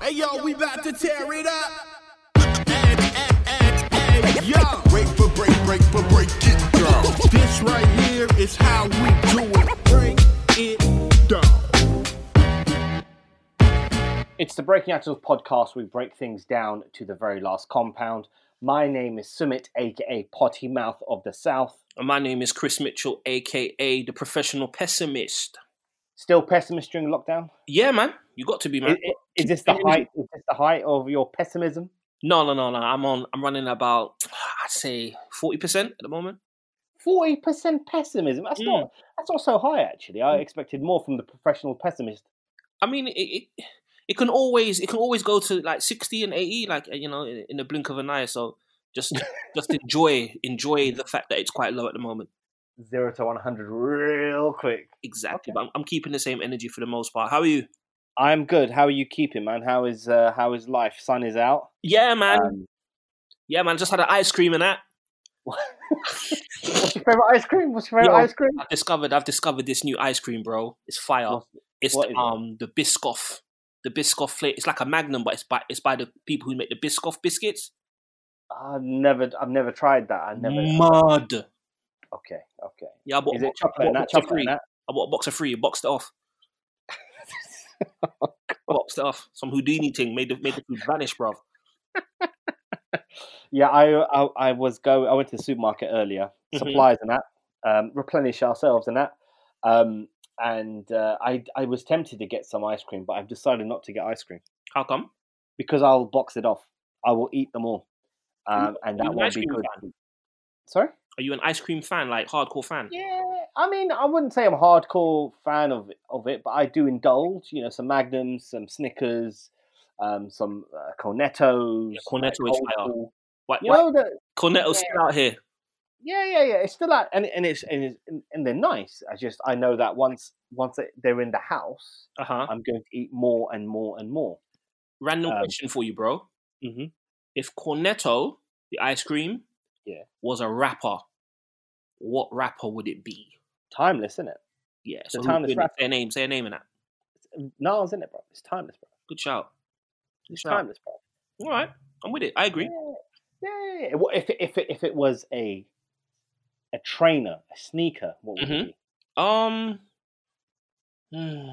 Hey yo, we about to tear it up. Hey, hey, hey, hey, yo. Break for break, break for break it down. This right here is how we do it. Break it down. It's the Breaking Out of podcast. We break things down to the very last compound. My name is Summit, aka Potty Mouth of the South. And my name is Chris Mitchell, aka the professional pessimist. Still pessimist during lockdown? Yeah, man, you got to be Is, man. is this the height? Is this the height of your pessimism? No, no, no, no. I'm on. I'm running about. I'd say forty percent at the moment. Forty percent pessimism. That's Mm. not. That's not so high actually. I expected more from the professional pessimist. I mean, it, it it can always it can always go to like sixty and eighty, like you know, in, in the blink of an eye. So just just enjoy enjoy the fact that it's quite low at the moment. Zero to one hundred, real quick. Exactly. But I'm, I'm keeping the same energy for the most part. How are you? I'm good. How are you keeping, man? How is uh, how is life? Sun is out. Yeah, man. Um, yeah, man. Just had an ice cream and that. what's your favorite ice cream? What's your favorite Yo. ice cream? I've discovered I've discovered this new ice cream, bro. It's fire. What's- it's what the, is it? um the Biscoff, the Biscoff flavor. It's like a Magnum, but it's by it's by the people who make the Biscoff biscuits. I've never, I've never tried that. I never. Mud. Okay, okay. Yeah, I bought, Is a it box- I chocolate? bought a Not box of chocolate. three. Not? I bought a box of three. You boxed it off. boxed it off. Some Houdini thing made the made the food vanish, bro. Yeah, I, I, I was go. I went to the supermarket earlier, Mhm. supplies and that, um, replenish ourselves and that. Um, and uh, I, I was tempted to get some ice cream, but I've decided not to get ice cream How come? because I'll box it off. I will eat them all, um, and Are you that an won't ice be cream good. fan? Sorry. Are you an ice cream fan, like hardcore fan? Yeah, I mean, I wouldn't say I'm a hardcore fan of it, of it, but I do indulge. You know, some Magnums, some Snickers, um, some uh, Cornettos. Yeah, Cornetto is fire. Old- Why, You why- know, the, Cornetto's still out here. yeah, yeah, yeah. It's still out, and and it's and it's, and- and they're nice. I just I know that once once it- they're in the house, Uh huh. I'm going to eat more and more and more. Random um, question for you, bro. Mhm. If Cornetto, the ice cream, Yeah. was a rapper, what rapper would it be? Timeless, isn't it? Yeah, The so town who, is who- rapid. say a name, say a name in that. Mm, Niles, isn't it, bro? It's timeless, bro. Good shout. Good It's shout. timeless, bro. All right, I'm with it. I agree. Yeah, yeah, yeah. What if it, if it, if it was a a trainer, a sneaker? What would it Mhm. be? Um, hmm,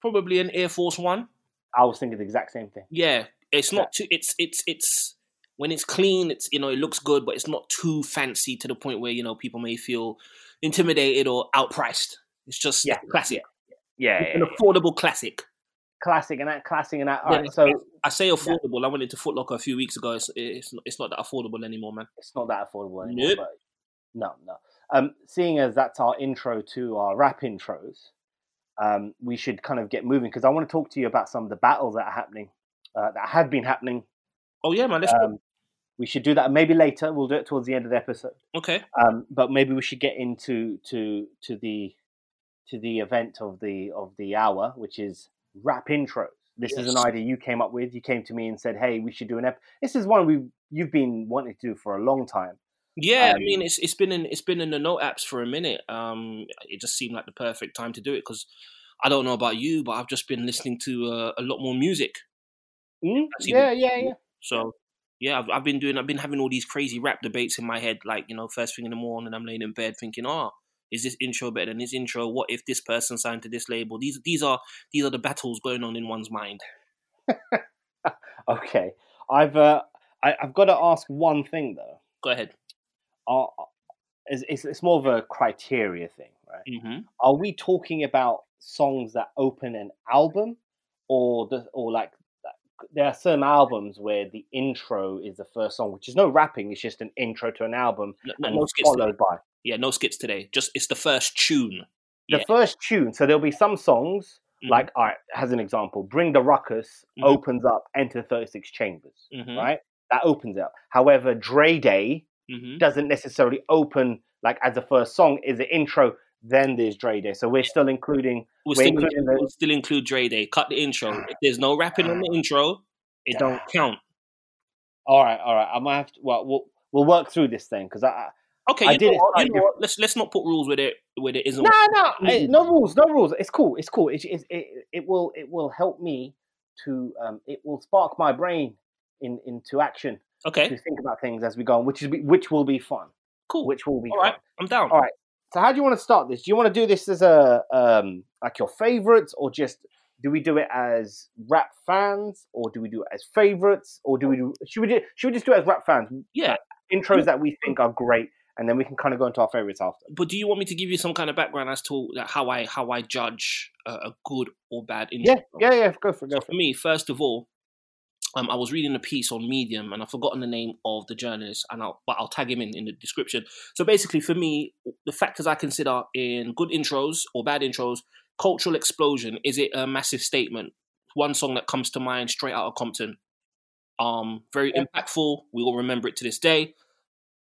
probably an Air Force One. I was thinking the exact same thing. Yeah, it's not too. It's it's it's when it's clean. It's you know it looks good, but it's not too fancy to the point where you know people may feel intimidated or outpriced. It's just Yeah, a classic, Yeah, an affordable classic. classic and that, classic and that. All Yeah, right, so I say affordable. I went into Foot Locker a few weeks ago. It's it's not, it's not that affordable anymore, man. it's not that affordable anymore. Nope. But no, no. Um, seeing as that's our intro to our rap intros, um, we should kind of get moving because I want to talk to you about some of the battles that are happening, uh, that have been happening. Oh yeah, man. Let's go. Um, we should do that maybe later. We'll do it towards the end of the episode. okay. Um, but maybe we should get into to to the to the event of the of the hour, which is rap intros. This is an Yes. idea you came up with. You came to me and said, "Hey, we should do an ep." This is one we you've been wanting to do for a long time. Yeah, Um, I mean it's it's been in it's been in the note apps for a minute. Um, it just seemed like the perfect time to do it because I don't know about you, but I've just been listening to uh, a lot more music. Mm? I've seen Yeah, it. yeah, yeah. So yeah, I've, I've been doing I've been having all these crazy rap debates in my head, like you know, first thing in the morning, I'm laying in bed thinking, oh, is this intro better than this intro? What if this person signed to this label? These these are these are the battles going on in one's mind. Okay, I've uh, I, I've got to ask one thing though. Go ahead. Are, it's, it's it's more of a criteria thing, right? hmm Are we talking about songs that open an album, or the or like there are some albums where the intro is the first song, which is no rapping; it's just an intro to an album, No, no, and no it's skits today. followed by Yeah, no skits today. Just it's the first tune. the Yeah. first tune. So there'll be some songs Mhm. like, all right, as an example, "Bring the Ruckus" Mhm. opens up Enter Thirty Six Chambers, Mhm, right? That opens it up. However, Dre Day mhm. doesn't necessarily open like as the first song is the intro. Then there's Dre Day, so we're still including. We'll We're still, including we'll the- still include Dre Day. Cut the intro. If there's no rapping on the intro, it don't count. All right, all right. I might have to. Well, we'll, we'll work through this thing because I, I Okay, I you did know it what, you slightly know what, Let's let's not put rules where there where there isn't. No, no, eh, Mm. no rules, no rules. It's cool. It's cool. It it, it, it will it will help me to um, it will spark my brain in into action Okay, to think about things as we go on, which is be- which will be fun. cool. Which will be All fun. right, I'm down. All right. So how do you want to start this? Do you want to do this as a um like your favorites or just do we do it as rap fans or do we do it as favorites or do we do should we do should we just do it as rap fans? Yeah. Like, intros that we think are great and then we can kind of go into our favorites after. But do you want me to give you some kind of background as to like, how I how I judge a, a good or bad intro? Yeah, yeah, yeah, go for it, go So for for it. me, first of all, um, I was reading a piece on Medium, and I've forgotten the name of the journalist, and I'll but I'll tag him in in the description. So basically, for me, the factors I consider in good intros or bad intros, cultural explosion is it a massive statement? One song that comes to mind straight out of Compton, um, very Yeah. impactful. We will remember it to this day.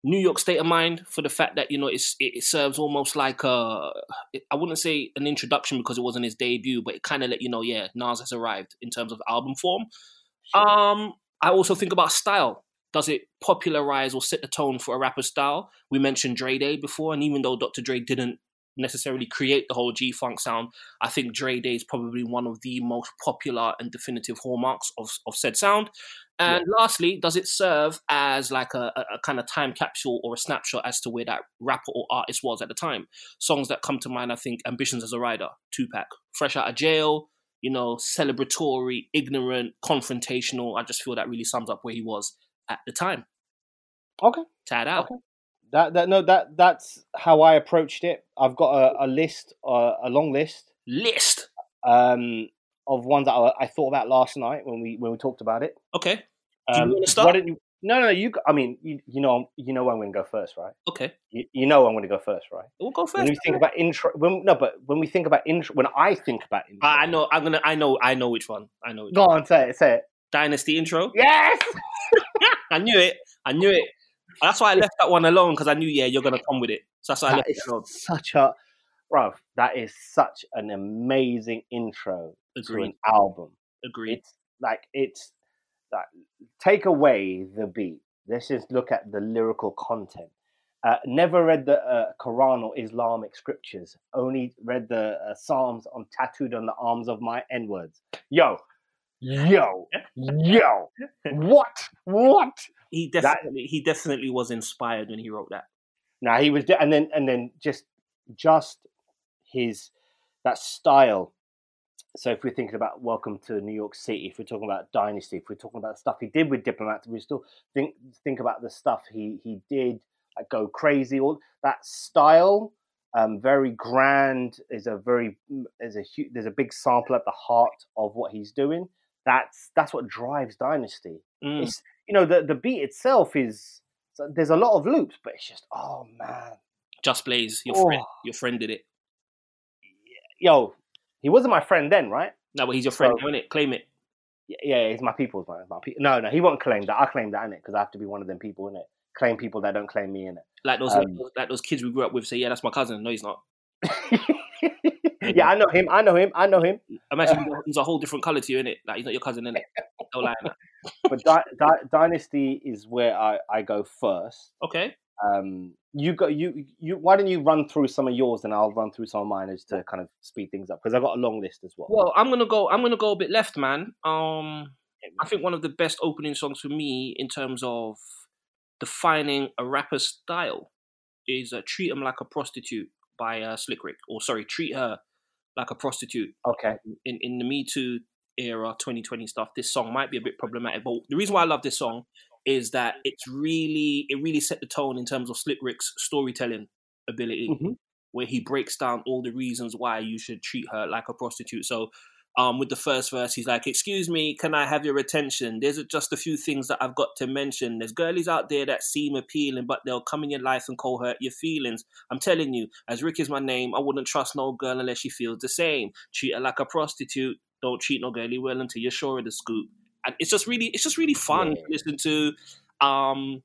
New York State of Mind for the fact that you know it's, it, it serves almost like a it- I wouldn't say an introduction because it wasn't his debut, but it kind of let you know, yeah, Nas has arrived in terms of album form. Um, I also think about style. Does it popularize or set the tone for a rapper's style? We mentioned Dre Day before, and even though Dr. Dre didn't necessarily create the whole G Funk sound, I think Dre Day is probably one of the most popular and definitive hallmarks of, of said sound. And lastly, does it serve as like a, a- a kind of time capsule or a snapshot as to where that rapper or artist was at the time? songs that come to mind, I think Ambitions as a Rider, Tupac. Fresh out of jail, you know, celebratory, ignorant, confrontational. I just feel that really sums up where he was at the time. Okay. Tad out. Okay. That that no that that's how I approached it. I've got a, a list, uh, a long list List. um, of ones that I, I thought about last night when we when we talked about it. Okay. Do you Um, wanna why start? don't you- no, no, you. go- I mean, you, you know, you know, I'm going to go first, right? Okay. You, you know, I'm going to go first, right? We'll go first. When we think about intro, when, no, but when we think about intro, when I think about intro, I I know I'm gonna I know I know which one. I know which go on, say it, say it. Dynasty intro. Yes, I knew it. I knew it. That's why I left that one alone because I knew yeah you're gonna come with it. So that's why I that left is it alone. such a, bruv, that is such an amazing intro to Agreed. an album. Agreed. It's like it's like take away the beat. Let's just look at the lyrical content. Uh, never read the uh, Quran or Islamic scriptures. Only read the uh, Psalms on tattooed on the arms of my N words. Yo, yo, yo. What? What? He definitely he definitely was inspired when he wrote that. Now he was, de- and then and then just just his that style. So if we're thinking about Welcome to New York City, if we're talking about Dynasty, if we're talking about stuff he did with diplomats, we still think think about the stuff he he did like go crazy. All that style, um, very grand. Is a very mm, is a huge. There's a big sample at the heart of what he's doing. That's that's what drives Dynasty Mm. it's you know the the beat itself is so there's a lot of loops, but it's just oh man, Just Blaze, your Oh. friend, your friend did it. yo, he wasn't my friend then, right? No, but he's your friend, So- isn't it? Claim it. Yeah, yeah he's my people's man. My pe- no, no, he won't claim that. I claim that in it because I have to be one of them people in it. Claim people that don't claim me in Like those, Um, like those kids we grew up with. Say, yeah, that's my cousin. No, he's not. it. yeah, I know him. I know him. I know him. Imagine he's a- he's a whole different color to you, innit? Like he's not your cousin, innit? No lie. innit? But Di- Di- Dynasty is where I, I go first. Okay. Um, you go. You you. Why don't you run through some of yours and I'll run through some of mine as to kind of speed things up because I've got a long list as well. Well, I'm gonna go. I'm gonna go a bit left, man. Um, I think one of the best opening songs for me in terms of defining a rapper's style is uh, "Treat 'Em Like a Prostitute" by uh, Slick Rick, or sorry, "Treat Her Like a Prostitute." Okay. in, in the Me Too era, 2020 stuff, this song might be a bit problematic. But the reason why I love this song is that it's really it really set the tone in terms of Slick Rick's storytelling ability, Mhm. where he breaks down all the reasons why you should treat her like a prostitute. So. Um, with the first verse, he's like, "Excuse me, can I have your attention? There's just a few things that I've got to mention. There's girlies out there that seem appealing, but they'll come in your life and cohort your feelings. I'm telling you, as Rick is my name, I wouldn't trust no girl unless she feels the same. Treat her like a prostitute. Don't treat no girlie well until you're sure of the scoop. And it's just really, it's just really fun to Yeah. listen to. Um,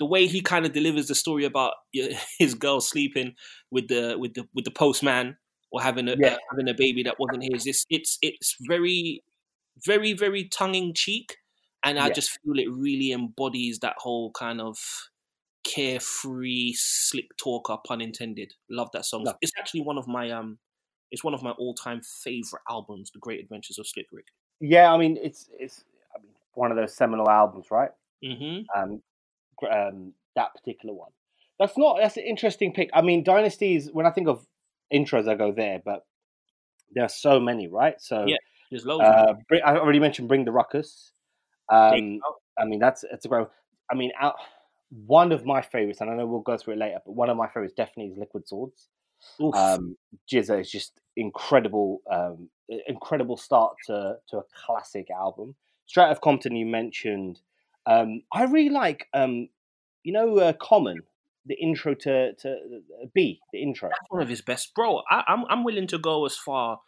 the way he kind of delivers the story about y- his girl sleeping with the with the with the postman or having a uh, Yeah. having a baby that wasn't his. It's it's it's very, very very tongue in cheek, and I Yeah. just feel it really embodies that whole kind of carefree, slick talker, pun intended. Love that song. No. It's actually one of my um, it's one of my all-time favorite albums, The Great Adventures of Slick Rick. Yeah, I mean it's it's I mean, one of those seminal albums, right? Mm-hmm. um, gr- um, that particular one. That's not that's an interesting pick. I mean, dynasties. When I think of intros, I go there, but there are so many, right? So Yeah. There's loads. of uh, bring, I already mentioned "Bring the Ruckus." Um, I mean, that's it's a great. I mean, out, one of my favorites, and I know we'll go through it later, but one of my favorites definitely is Liquid Swords. them. Oof. Um, Jizza is just incredible, um, i- incredible start to to a classic album. Straight out of Compton, you mentioned. Um, I really like, um, you know, uh, Common, the intro to to uh, B, the intro. that's one of his best, bro. I, I'm I'm willing to go as far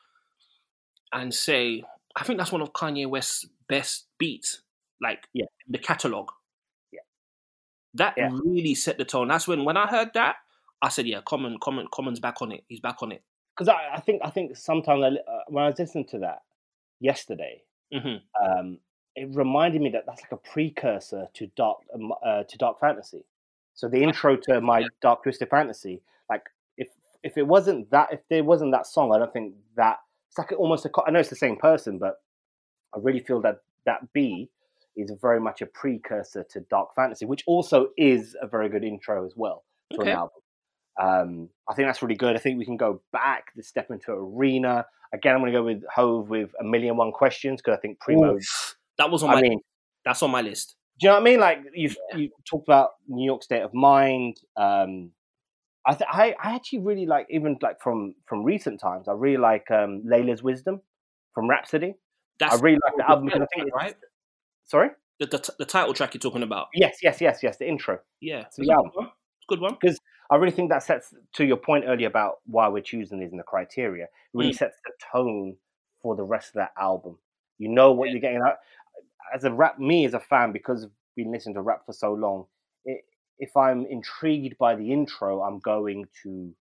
and say I think that's one of Kanye West's best beats, like Yeah. the catalog. Yeah. that Yeah. really set the tone. That's when when I heard that, I said, "Yeah, Common, Common, Common's back on it. He's back on it." Because I, I think I think sometimes I, li- uh, when I was listening to that yesterday, hmm um, it reminded me that that's like a precursor to dark um, uh, to dark fantasy. So the intro to my dark twisted fantasy, like if if it wasn't that if there wasn't that song, I don't think that it's like almost a co- I know it's the same person, but I really feel that that B is very much a precursor to dark fantasy, which also is a very good intro as well to Okay. an album. Um, I think that's really good. I think we can go back the step into arena again. I'm going to go with Hove with a million one questions because I think Primo That was on my. I mean, that's on my list. do you know what I mean? Like you, you talked about New York state of mind. Um, I, th- I, I actually really like even like from from recent times. I really like um, Layla's wisdom from Rhapsody. That's I really like the album because I title think track, it's, right? Sorry. The, the, the title track you're talking about. Yes, yes, yes, yes. The intro. Yeah, the It's a good album. one. It's a good one. I really think that sets to your point earlier about why we're choosing these and the criteria. It really Mm. sets the tone for the rest of that album. You know what you're getting. out. As a rap, me as a fan, because I've been listening to rap for so long, it, if I'm intrigued by the intro, I'm going to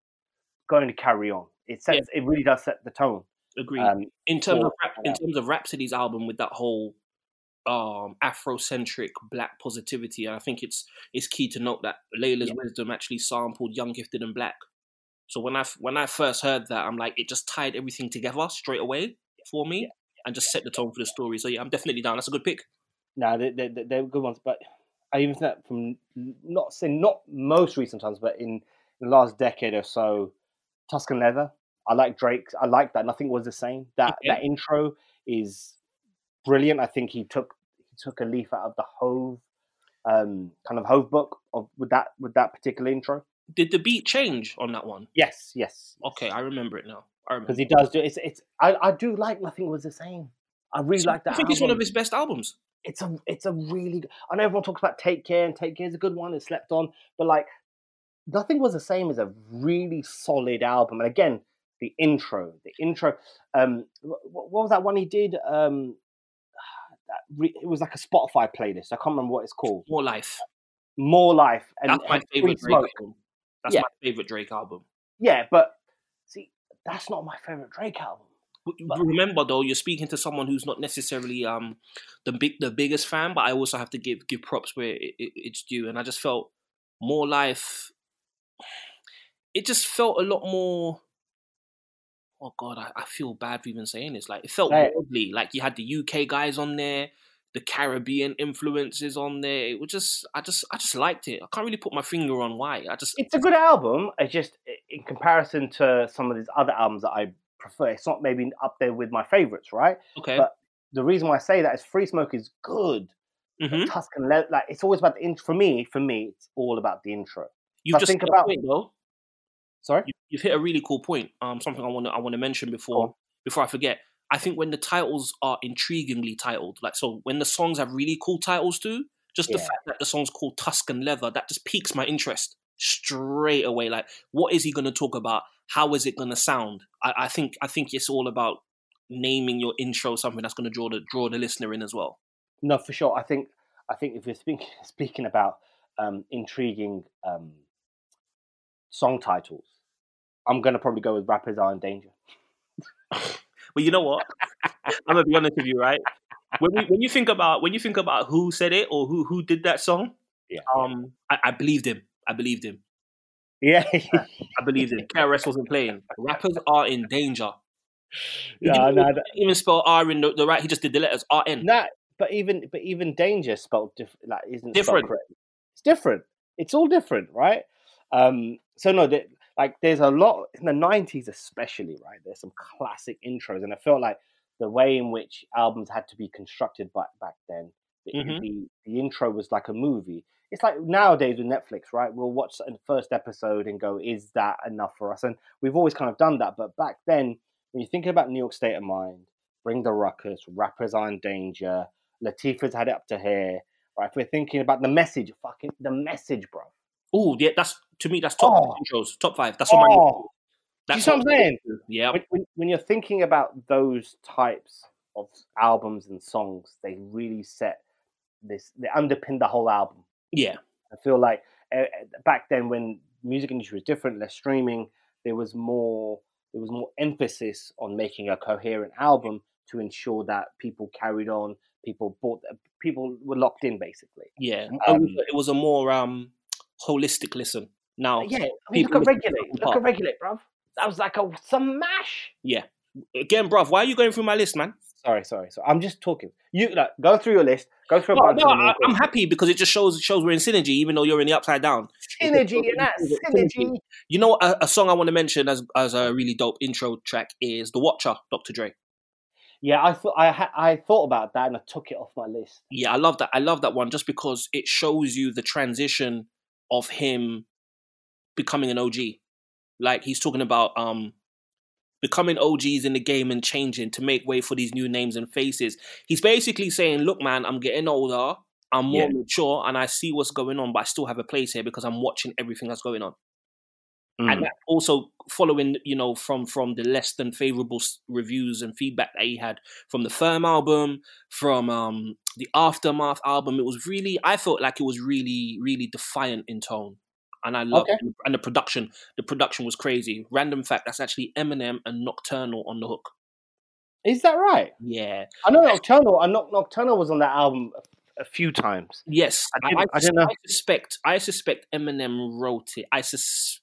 going to carry on. It Yeah. sets. It really does set the tone. Agreed. Um, in terms for of rap, in terms of Rhapsody's album with that whole um Afrocentric black positivity, and I think it's it's key to note that Layla's Wisdom actually sampled Young Gifted and Black. So when I f- when I first heard that, I'm like, it just tied everything together straight away for me, and just set the tone for the story. So yeah, I'm definitely down. That's a good pick. No, they, they, they- they were good ones, but I even think that from n- not saying not most recent times, but in, the last decade or so, Tuscan Leather. I like Drake's. I like that. Nothing was the same. That Okay. that intro is brilliant. I think he took he took a leaf out of the Hove um, kind of Hove book of with that with that particular intro. Did the beat change on that one? Yes, yes, Okay, I remember it now. I remember. because he does do it's it's. I, I do like Nothing Was the Same. I really like that. I think it's one album. of his best albums. it's a it's a really g- I know everyone talks about Take Care and Take Care is a good one and slept on, but like nothing was the same as a really solid album. And again, the intro, the intro. Um, wh- wh- what was that one he did? Um, that re- it was like a Spotify playlist. I can't remember what it's called. More Life. More Life and, That's my and Free favorite Drake Smoke. album. That's Yeah. my favorite Drake album. Yeah, but see, that's not my favorite Drake album. W- But- remember though you're speaking to someone who's not necessarily um the big the biggest fan but i also have to give give props where it, it, it's due and i just felt more life it just felt a lot more oh god i, I feel bad for even saying this like it felt Right. worldly like you had the uk guys on there the caribbean influences on there it was just i just i just liked it i can't really put my finger on why i just It's a good album. It's just i- in comparison to some of these other albums that I prefer, it's not maybe up there with my favorites, right? okay but- the reason why I say that is Free Smoke is good. hmm Tuscan Le- like it's always about the intro. For me, for me, it's all about the intro. you I just think hit a about- point, though Sorry, you, you've hit a really cool point. Um, something I want to I want to mention before on. before I forget. I think when the titles are intriguingly titled, like so, when the songs have really cool titles too, just the Yeah. fact that the song's called Tuscan Leather, that just piques my interest straight away. Like, what is he going to talk about? How is it going to sound? I, I think I think it's all about naming your intro something that's going to draw the draw the listener in as well. no, for sure. I think I think if you're speaking speaking about um, intriguing um, song titles, I'm gonna probably go with Rappers Are in Danger. But you know what? I'm gonna be honest with you, right? When you, when you think about when you think about who said it or who who did that song, Yeah. Um, I, I believed him. I believed him. Yeah, I believed him. KRS wasn't playing. Rappers are in danger. He yeah, didn't, no, even, didn't even spell R in the, the right. He just did the letters R N. no, but even but even danger spelled diff- like isn't spelled Different. correctly. It's different. It's all different, right? Um, so no, that like there's a lot in the '90s, especially, right? There's some classic intros, and I felt like the way in which albums had to be constructed back back then, the, Mhm. the, the intro was like a movie. It's like nowadays with Netflix, right? We'll watch the first episode and go, "Is that enough for us?" And we've always kind of done that. But back then, when you're thinking about New York State of Mind, Bring the Ruckus, Rappers Are in Danger, Latifah's had it up to here, right? If we're thinking about the message, fucking the message, bro. Oh, yeah. That's to me. That's top Oh. intros. Top five. That's what my. Oh, do you That's see what I'm saying? Yeah. When, when, when you're thinking about those types of albums and songs, they really set this. They underpin the whole album. Yeah. I feel like uh, back then when music industry was different, less streaming, there was more there was more emphasis on making a coherent album to ensure that people carried on, people bought, eh, people were locked in basically. Yeah. I Um, was- it was a more um holistic listen. Now, Yeah, I mean, people look at listen to regulate, certain look at parts. regulate, bruv. That was like a smash. again, bruv, why are you going through my list, man? Sorry, sorry, sorry. I'm just talking. You like, go through your list. Go through a bunch no, of them real I, quick. I'm happy because it just shows shows we're in synergy, even though you're in the upside down. synergy and that synergy. You know, what, a, a song I want to mention as as a really dope intro track is "The Watcher," Dr. Dre. Yeah, I thought I ha- I thought about that and I took it off my list. Yeah, I love that. I love that one just because it shows you the transition of him becoming an OG. Like he's talking about um becoming OGs in the game and changing to make way for these new names and faces. He's basically saying, "Look, man, I'm getting older. I'm more Yeah. mature, and I see what's going on, but I still have a place here because I'm watching everything that's going on." and Hmm. that also following you know from from the less than favorable s- reviews and feedback that he had from the firm album from um the aftermath album it was really i felt like it was really really defiant in tone and i love Okay. and the production the production was crazy random fact that's actually eminem and nocturnal on the hook Is that right? yeah I know Nocturnal. I know Nocturnal was on that album a- a few times. yes I didn't- I didn't know. suspect i suspect eminem wrote it i suspect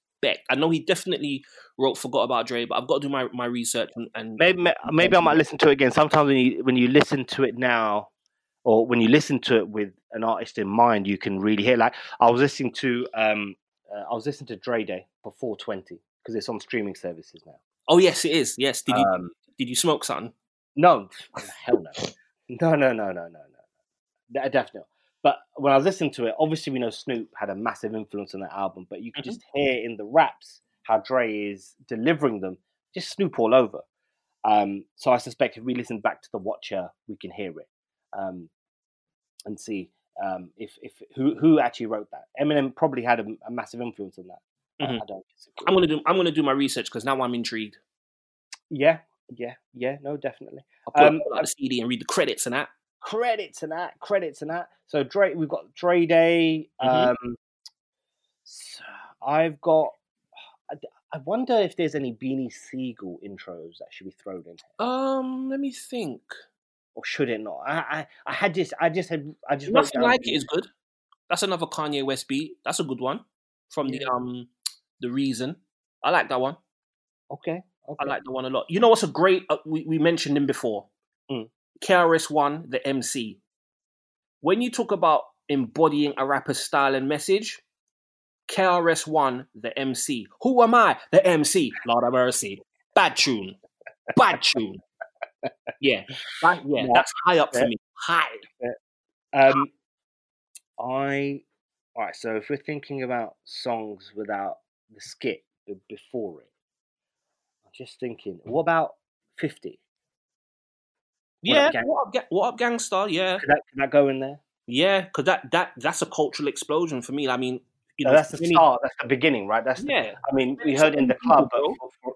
I know he definitely wrote "Forgot About Dre," but I've got to do my, my research and, and Maybe ma- maybe I might listen to it again. Sometimes when you when you listen to it now, or when you listen to it with an artist in mind, you can really hear. Like I was listening to um, uh, I was listening to Dre Day before twenty because it's on streaming services now. Oh yes, it is. Yes. Did you Um, did you smoke something? No, Oh, hell no. No, no, no, no, no, no. De- uh, Definitely. But when I was listening to it, obviously we know Snoop had a massive influence on that album, but you could Mhm. just hear in the raps how Dre is delivering them, just Snoop all over. Um, so I suspect if we listen back to The Watcher, we can hear it um, and see um, if, if who, who actually wrote that. Eminem probably had a, a massive influence on that. I- Mhm. I don't disagree. I'm gonna do I'm gonna do my research because now I'm intrigued. Yeah, yeah, yeah, no, definitely. I'll pull, Um, up- pull out the CD and read the credits and that. credits and that, credits and that. So Dre, we've got Dre Day. Mhm. Um, s- I've got. I d- I wonder if there's any Beanie Siegel intros that should be thrown in, here, Um, let me think. or should it not? I, I, I had just, I just had, I just wrote Nothing down like it the- is good. That's another Kanye West beat. That's a good one from the um the reason. I like that one. Okay, okay. I like that one a lot. You know what's a great? Uh, we we mentioned him before. Mm. KRS One, the MC. When you talk about embodying a rapper's style and message, KRS One, the MC. Who am I? The MC. Lord of mercy. Bad tune. Bad tune. Yeah, that- yeah, Yeah. that's high up Yeah. for me. High. Um, I. All right. So if we're thinking about songs without the skit b- before it, I'm just thinking, what about Fifty? What Yeah. up, gang? What up, ga- what up, gangster? Yeah, Could that, could that go in there? yeah. Because that that that's a cultural explosion for me. I mean, you No, know, that's the for me- start. That's the beginning, right? That's the, Yeah. I mean, we It's heard in the club, but unbelievable. for, for,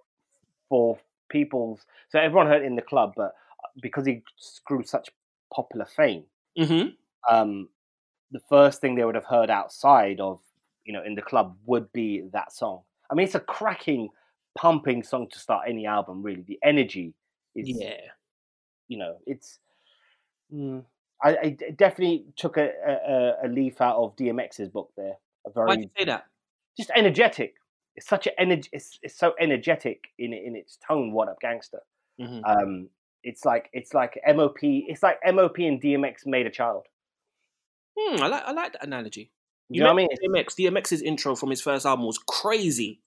for people's so everyone heard in the club, but uh, because he grew such popular fame, hmm um, the first thing they would have heard outside of you know in the club would be that song. I mean, it's a cracking, pumping song to start any album. Really, the energy is Yeah. you know it's. Mm, I, I d- definitely took a, a, a leaf out of DMX's book there. A very Why'd you say that? just energetic. It's such an energy. It's, it's so energetic in in its tone. What up, gangster? Mhm. Um, it's like it's like MOP. It's like MOP and DMX made a child. Hmm, I like I like that analogy. You know what I mean? mean? DMX, DMX's intro from his first album was crazy.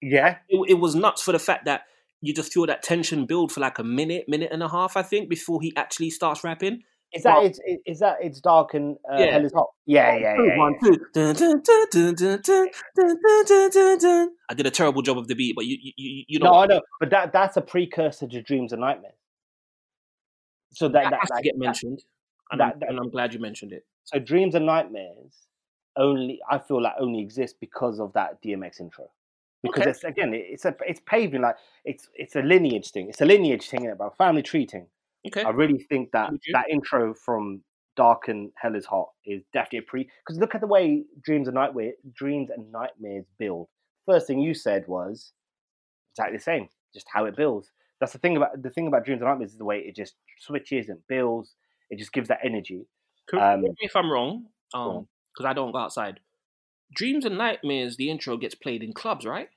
Yeah, It, it was nuts for the fact that you just feel that tension build for like a minute, minute and a half, I think, before he actually starts rapping. is that Well- it's is that it's dark and uh, Yeah. hell is hot? Yeah, yeah, yeah. yeah. One, two. Dun, dun, dun, dun, dun, dun, dun, dun, dun, dun, dun. I did a terrible job of the beat, but you you, you, you know No, I know, but that that's a precursor to dreams and nightmares. So that that, that, has to that, get mentioned, and, that- I'm, that- and I'm glad you mentioned it. so dreams and nightmares only I feel like only exist because of that DMX intro. Because Okay. it's again, it- it's a it's paving like it's it's a lineage thing. It's a lineage thing about family tree thing. Okay, I really think that Would you? that intro from Dark and Hell is Hot is definitely a pre. Because look at the way dreams and nightmare dreams and nightmares build. First thing you said was exactly the same, just how it builds. That's the thing about the thing about dreams and nightmares is the way it just switches and builds. It just gives that energy. correct um, me if I'm wrong, because on. I don't go outside. Dreams and Nightmares, the intro gets played in clubs, right?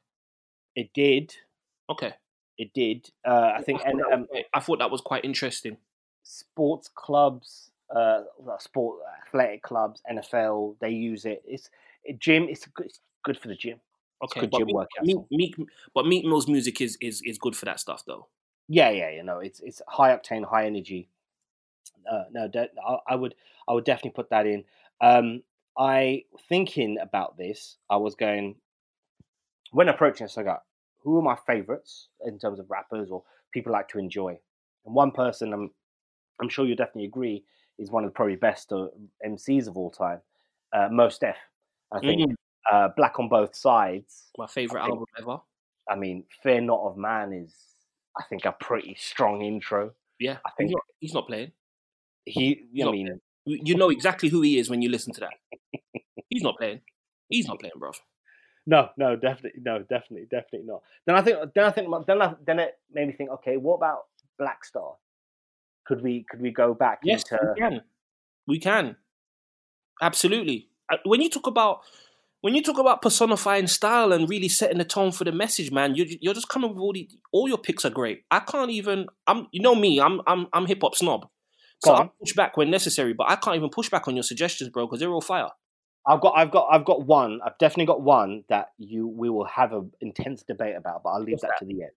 It did. Okay, It did. Uh, I think thought and, that um, was quite- I thought that was quite interesting. sports clubs, uh, well, sport athletic clubs, NFL, they use it. It's it, gym. It's good, it's good for the gym. Okay, good but gym Meek- workouts. Meek, Meek, but Meek Mill's music is, is is good for that stuff, though. Yeah, yeah, you know, it's it's high octane, high energy. Uh, no, de- I, I would I would definitely put that in. Um, I thinking about this, I was going when approaching this. I got who are my favorites in terms of rappers or people I like to enjoy, and one person I'm I'm sure you'll definitely agree is one of the probably best uh, MCs of all time, uh, Most Def. I Mm. think uh, Black on Both Sides. Mm-hmm. My favorite I think- album ever. I mean, Fear Not of Man is I think a pretty strong intro. Yeah, I think- he's, not, he's not playing. He, I Not mean, You you know exactly who he is when you listen to that. he's not playing. He's not playing, bro. No, no, definitely, no, definitely, definitely not. Then I think, then I think, then I, then it made me think. Okay, what about Black Star? Could we could we go back Yes, into we can. We can. Absolutely. Uh, When you talk about when you talk about personifying style and really setting the tone for the message, man, you you're just coming with all the all your picks are great. I can't even. I'm you know me. I'm I'm I'm hip hop snob. So Go I on. push back when necessary, but I can't even push back on your suggestions, bro, because they're all fire. I've got I've got I've got one. I've definitely got one that you we will have an intense debate about, but I'll leave What's that, to the end.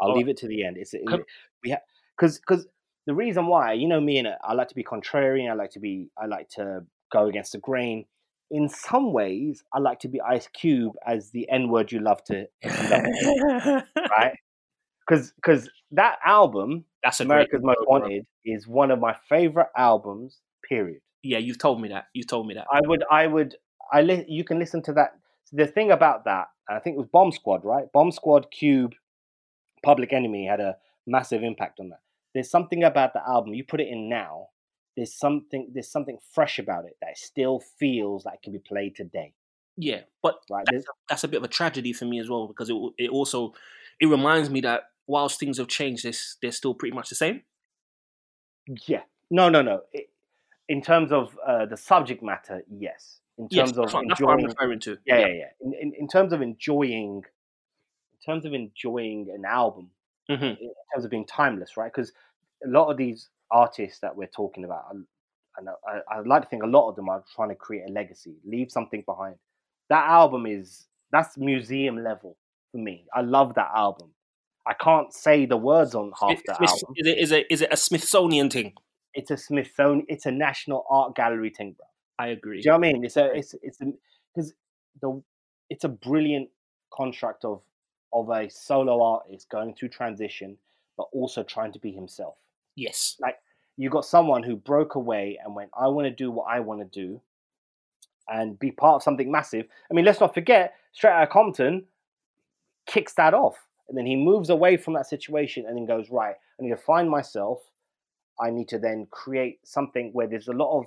I'll Alright. leave it to the end. It's it, Come- we have because because the reason why you know me and uh, I like to be contrarian. I like to be I like to go against the grain. In some ways, I like to be Ice Cube as the N word you love to right? Because because that album, That's a great. America's Most album, bro. Wanted, is one of my favorite albums. Period. Yeah, you've told me that. You've told me that. I would I would I li- you can listen to that. The thing about that, I think it was Bomb Squad, right? Bomb Squad, Cube, Public Enemy had a massive impact on that. There's something about the album. You put it in now. There's something there's something fresh about it that still feels like it can be played today, Yeah, but right? There's- that's, that's a bit of a tragedy for me as well because it it also it reminds me that whilst things have changed, they're, s- they're still pretty much the same. Yeah. No, no, no. It, in terms of uh, the subject matter, yes. In Yes, terms that's, of what, that's what I'm enjoying referring to. yeah, yeah, yeah. In, in, in terms of enjoying, in terms of enjoying an album, Mhm. in terms of being timeless, right? Because a lot of these artists that we're talking about, I, I know, I, I like to think a lot of them are trying to create a legacy, leave something behind. That album is that's museum level for me. I love that album. I can't say the words on half It- the it's- album. is, it, is it is it a Smithsonian thing? It's a Smithsonian, it's a national art gallery thing, bro. I agree. Do you know what I mean? It's a it's it's because the it's a brilliant contract of of a solo artist going through transition, but also trying to be himself. Yes. You got someone who broke away and went, "I want to do what I want to do," and be part of something massive. I mean, let's not forget, straight out of Compton kicks that off, and then he moves away from that situation, and then goes, "Right, I need to find myself. I need to then create something where there's a lot of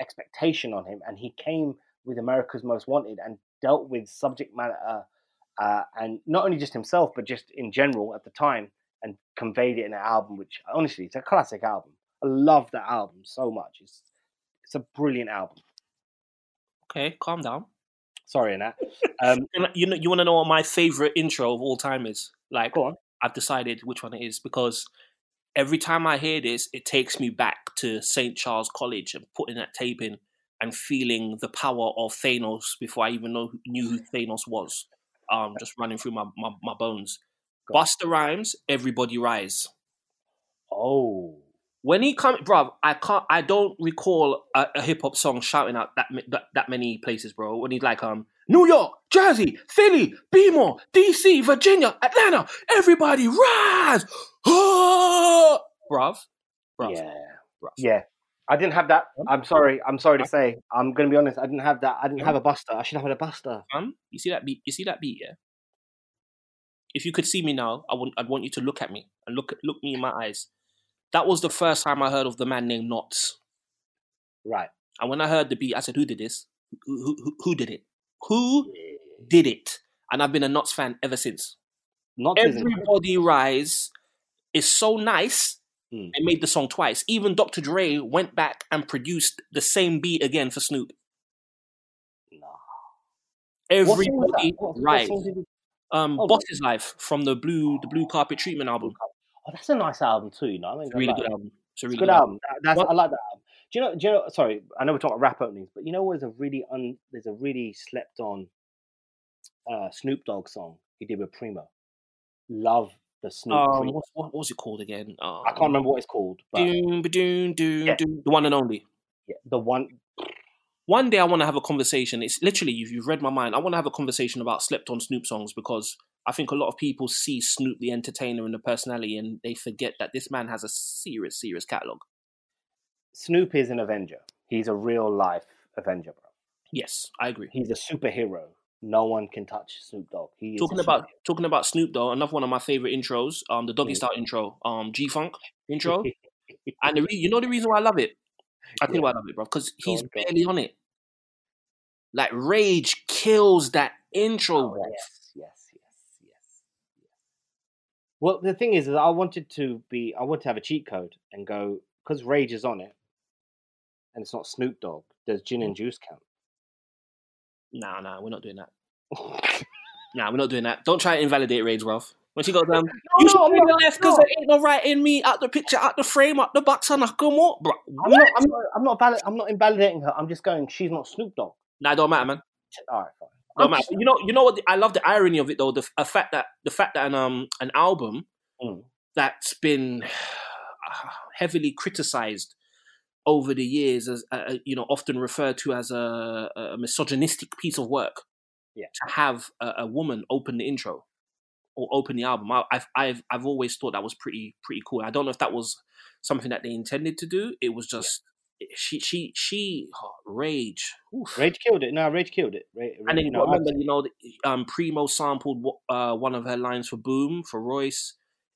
expectation on him, and he came with America's Most Wanted and dealt with subject matter, uh, and not only just himself, but just in general at the time, and conveyed it in an album, which honestly, it's a classic album. I love that album so much. It's it's a brilliant album. Okay, calm down. Sorry, Nat. Um, And, like, you know, you want to know what my favorite intro of all time is? Like, Go on. I've decided which one it is because every time I hear this, it takes me back to St. Charles College and putting that tape in and feeling the power of Thanos before I even know, knew who Thanos was. Um, just running through my, my, my bones. Go on. Buster Rhymes, Everybody Rise. oh, When he come, bruv, I can't. I don't recall a, a hip hop song shouting out that, ma- that that many places, bro. When he's like, um, New York, Jersey, Philly, Beemore, D.C., Virginia, Atlanta, everybody rise, bruv, bruv. yeah, bruv. yeah. I didn't have that. I'm sorry. I'm sorry to say. I'm gonna be honest. I didn't have that. I didn't have a Buster. I should have had a Buster. Um, you see that beat? You see that beat? Yeah. If you could see me now, I want I'd want you to look at me and look look me in my eyes. That was the first time I heard of the man named Knots. Right. And when I heard the beat, I said, "Who did this? Who who, who- who did it? Who did it?" And I've been a Knots fan ever since. Not Everybody Rise is so nice. Mm. They made the song twice. Even Dr. Dre went back and produced the same beat again for Snoop. Nah. What song was Oh, that? Everybody What- what Rise, song did you- um, Hold on. Boss's Life from the blue the blue carpet treatment album. Oh, that's a nice album too. You know, I mean, It's a really good album. It's a really It's a good album. That- That's, What- I like that album. Do you know? Do you know? Sorry, I know we're talking about rap openings, but you know, there's a really un, there's a really slept on uh, Snoop Dogg song he did with Primo. Love the Snoop. Um, Primo. what, what, what was it called again? Um, I can't remember what it's called, but Doom, doom, doom, Yeah. doom, the one and only. yeah, the one. One day I want to have a conversation. It's literally you've, you've read my mind. I want to have a conversation about slept on Snoop songs because I think a lot of people see Snoop the entertainer and the personality, and they forget that this man has a serious, serious catalog. Snoop is an Avenger. He's a real life Avenger, bro. Yes, I agree. He's a superhero. No one can touch Snoop Dogg. He is a talking about superhero. talking about Snoop though, another one of my favorite intros, um, the Doggy Mm. Style intro, um, G Funk intro, and the re- you know the reason why I love it, I think Yeah. why I love it, bro, because Go he's on, go on. barely on it. Like Rage kills that intro, Oh, bro. yes, yes, yes, yes. Well, the thing is, is I wanted to be, I wanted to have a cheat code and go because Rage is on it, and it's not Snoop Dogg. Does gin and juice count? Nah, nah, we're not doing that. Nah, we're not doing that. Don't try to invalidate Rage, bro. When she goes down, you should Oh, no, I'm bring the not- left because no. there ain't no right in me. Out the picture, out the frame, out the box, and I come more, bro. I'm not, I'm not, I'm not, valid, I'm not invalidating her. I'm just going. She's not Snoop Dogg. Nah, don't matter, man. All right, fine. No I'm matter. just- You know, you know what? the- I love the irony of it though. The, f- a fact that the fact that an um an album Mm. that's been heavily criticized over the years as uh, you know often referred to as a, a misogynistic piece of work. Yeah. To have a, a woman open the intro or open the album, I, I've I've I've always thought that was pretty pretty cool. I don't know if that was something that they intended to do. It was just she she she oh, rage. Oof. Rage killed it. No, Rage killed it. Ra- Ra- And then you Mm-hmm. no, got I'm- remember, you know, the- um, Primo sampled wh- uh, one of her lines for Boom for Royce.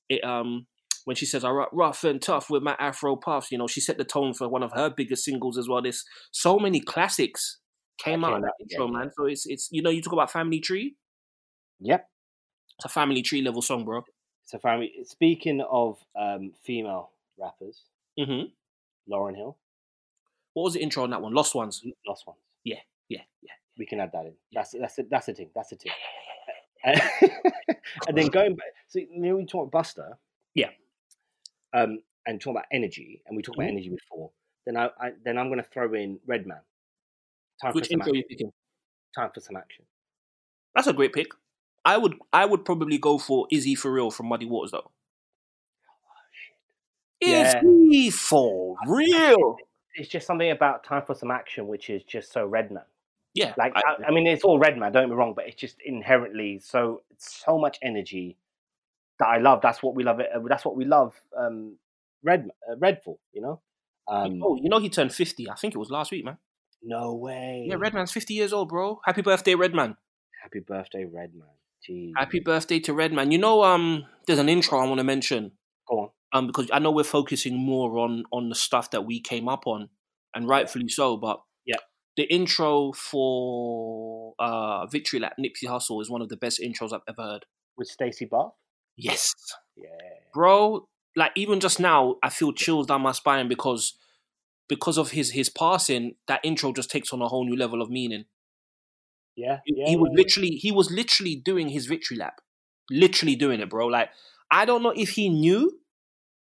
It um when she says I rock rough and tough with my Afro puffs, you know, she set the tone for one of her biggest singles as well. There's so many classics came That out came of that out, yeah, intro, yeah. man. So it's it's you know, you talk about Family Tree. Yep. It's a Family Tree level song, bro. So family. Speaking of um, female rappers, hmm Lauren Hill, What was the intro on that one? Lost Ones. lost ones. Yeah, yeah. We can add that in. That's that's a, that's a thing. That's a thing. and and then going back, so you know, we talk Buster, Yeah. um, and talk about energy, and we talked Mhm. about energy before. Then I, I then I'm going to throw in Redman. Time Which for some intro action. you picking? Time for some action. That's a great pick. I would I would probably go for Izzy for real from Muddy Waters though. Yeah. Izzy for real. It's just something about time for some action, which is just so Redman. Yeah. Like I- I, I mean, it's all Redman. Don't get me wrong, but it's just inherently so so much energy that I love. That's what we love. It. uh, That's what we love. Um, Red uh, Red for you know. Um, oh, you know he turned fifty. I think it was last week, man. no way. Yeah, Redman's fifty years old, bro. Happy birthday, Redman. Happy birthday, Redman. Jeez. Happy birthday to Redman. You know, um, there's an intro I want to mention, Go on. um, because I know we're focusing more on on the stuff that we came up on, and rightfully so. But Yeah. the intro for uh Victory Lap Nipsey Hustle is one of the best intros I've ever heard. With Stacey Barth? Yes, Yeah. bro. like even just now, I feel chills down my spine because because of his his passing, that intro just takes on a whole new level of meaning. Yeah, He- yeah, he was yeah, literally he was literally doing his victory lap, literally doing it, bro. Like I don't know if he knew,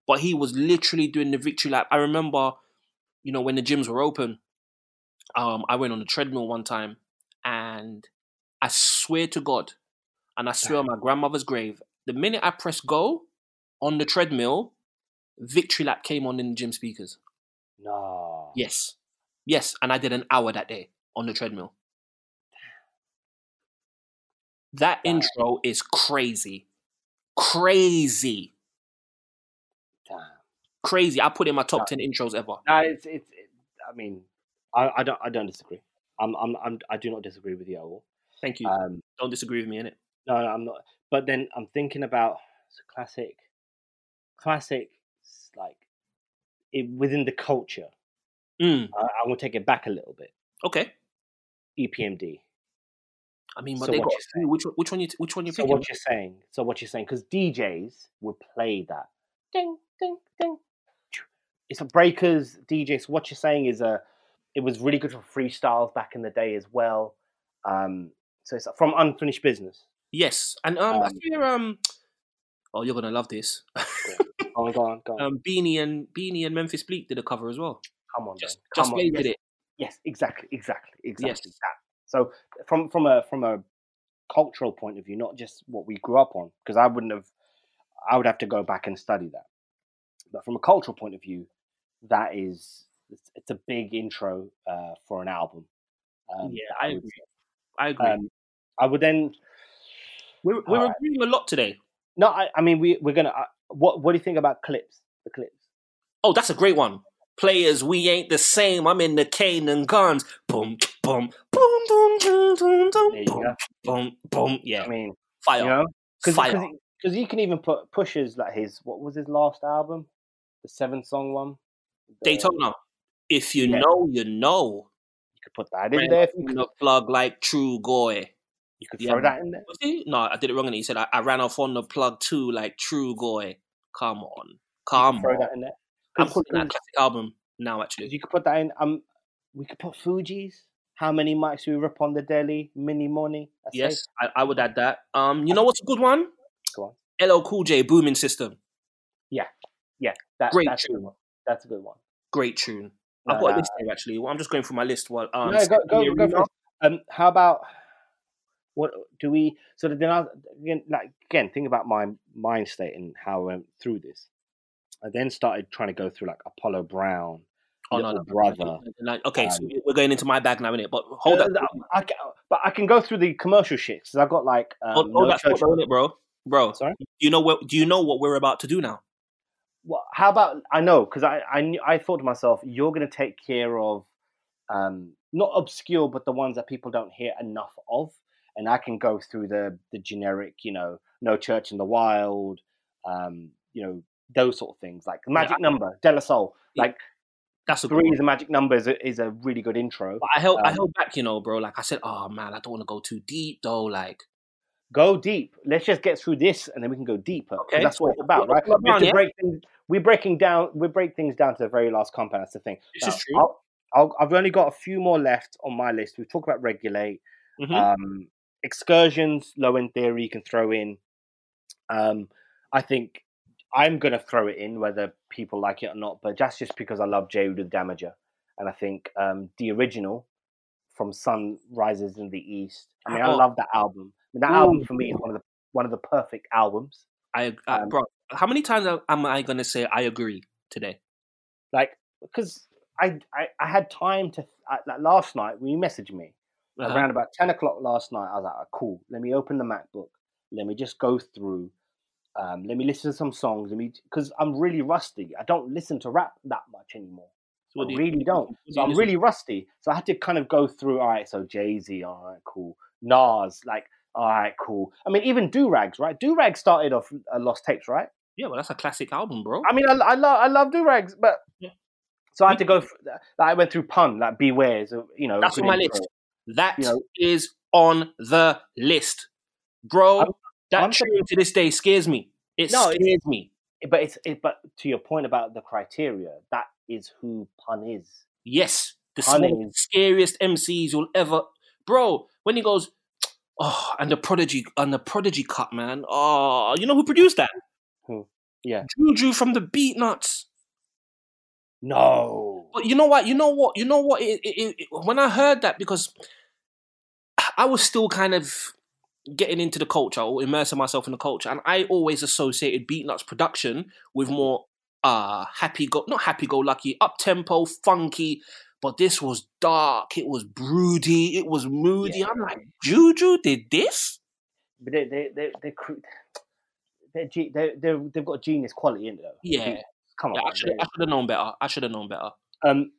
but he was literally doing the victory lap. I remember, you know, when the gyms were open, um, I went on a treadmill one time, and I swear to God, and I swear on my grandmother's grave, the minute I pressed go on the treadmill, victory lap came on in the gym speakers. yeah. no. Yes. Yes. And I did an hour that day on the treadmill. That Wow. intro is crazy. Crazy. Damn. Crazy. I put it in my top Wow. 10 intros ever. No, it's, it's it, I mean, I, I don't I don't disagree. I'm, I'm I'm I do not disagree with you at all. Thank you. Um, Don't disagree with me in it. No, no, I'm not. But then I'm thinking about it's a classic, classic, s- like it, within the culture. Mm. I, I'm gonna take it back a little bit. E Okay. EPMD. I mean, but So they what got you a few. which one- which one you which one you So picking? what you're saying? So what you're saying? Because DJs would play that. Ding, ding, ding. It's a breakers DJs. What you're saying is a. It was really good for freestyles back in the day as well. Um, so it's from unfinished business. yes, and um, I Um, hear um, oh, you're gonna love this. Go on, go on, go on. um, Beanie and Beanie and Memphis Bleak did a cover as well. come on, Just then. just come they on. did it. Yes, exactly, exactly, exactly. Yes. That. So from from a from a cultural point of view, not just what we grew up on, because I wouldn't have, I would have to go back and study that. But from a cultural point of view, that is it's, it's a big intro uh, for an album. yeah, that I would- agree. I agree. Um, I would then we're we're alright. agreeing a lot today. no, I, I mean we we're gonna. Uh, what what do you think about clips? The clips. Oh, that's a great one. Players, we ain't the same. I'm in the cane and guns. Boom, boom, boom, boom, boom, boom, There boom, you boom, go. boom, boom. Yeah, I mean, fire, you know, fire. because you can even put pushes like his what was his last album, the seven song one. The- Daytona. If you Yeah. know, you know. You could put that in Bring there. if You in could, the plug like true goy. you could yeah, throw man. that in there. Was he? No, I did it wrong. And he said I, I ran off on the plug too, like true goy. Come on, come Throw on. that in there. I'm Cause, calling that a 'cause- classic album now. 'cause Actually, you could put that in. Um, we could put Fuji's. How many mics we rip on the deli? Mini money. That's it. yes, I, I would add that. Um, you know what's a good one? Go LL Cool J, Booming System. That, Great that's a tune. good one. That's a good one. great tune. No, I've got no, a list here actually. Well, I'm just going through my list. While, um, no, go Stephen go, go Arena- for it. Um, how about what do we? So then, I, again, like again, think about my mind state and how I went through this. I then started trying to go through like Apollo Brown, Oh, no, Little no, Brother. Like, okay, so Um, we're going into my bag now, innit? But hold up, Uh, I, ca- but I can go through the commercial shit because I've got like um, hold, hold No that thought, Church- though, innit, bro? Bro, Sorry? do you know what? Do you know what we're about to do now? Well, how about I know because I I, knew, I thought to myself, you're going to take care of um, not obscure, but the ones that people don't hear enough of, and I can go through the the generic, you know, no church in the wild, um, you know, those sort of things like magic number, De La Soul, Yeah, like That's a good three one. is a magic number is a, is a really good intro. But I held, I Um, held back, you know, bro. Like I said, oh man, I don't want to go too deep though. Like, Go deep. Let's just get through this, and then we can go deeper. 'cause Okay. that's what it's about, Yeah, right? Apollo We have Brown, to yeah? break things, we're breaking down. We break things down to the very last compound. That's the thing. this is true. I'll, I'll, I've only got a few more left on my list. We've talked about regulate, Mhm. um, excursions, low end theory. You can throw in. Um, I think I'm going to throw it in whether people like it or not, but that's just because I love J with Damager, and I think um, the original from Sun Rises in the East. I mean, I Oh. love that album. I mean, that album for me is one of the one of the perfect albums. I, uh, um, bro, how many times am- am I gonna say I agree today? Like because I, I I had time to I, like last night when you messaged me. Uh-huh. around about 10 o'clock last night, I was like, "Ah, cool, let me open the MacBook. Let me just go through. Um, let me listen to some songs. Let me, because I'm really rusty. I don't listen to rap that much anymore. What do I you- really what don't. do So you I'm listen- really rusty. So I had to kind of go through, all right, so Jay Z, all right, cool. Nas, like, all right, cool. I mean, even Do Rags, right? Do Rags started off uh, Lost Tapes, right? Yeah, well, that's a classic album, bro. I mean, I, I love I love Do Rags, but. Yeah. So I had to go. Through, like, I went through pun, like beware, so, you know. That's good on my intro. list. That is You know- on the list, bro. I'm- that I'm tune to this day scares me. It No, it's- scares me. but it's it, but to your point about the criteria, that is who pun is. Yes, the Pun small- is- scariest MCs you'll ever, bro. When he goes, oh, and the prodigy and the prodigy cut, man. Oh, you know who produced that? Who? Yeah. Juju from the Beat Nuts. No, But you know what? You know what? You know what? It, it, it, when I heard that, because I was still kind of getting into the culture or immersing myself in the culture, and I always associated Beatnuts production with more uh happy go not happy go lucky, up tempo, funky. But this was dark. It was broody. It was moody. I'm like, Juju did this. but they they they they. cr- They're, ge- they're, they're, they've got genius quality in it though. Yeah. Come on. Oh, Yeah, I man, should really. I should have known better. I should have known better. um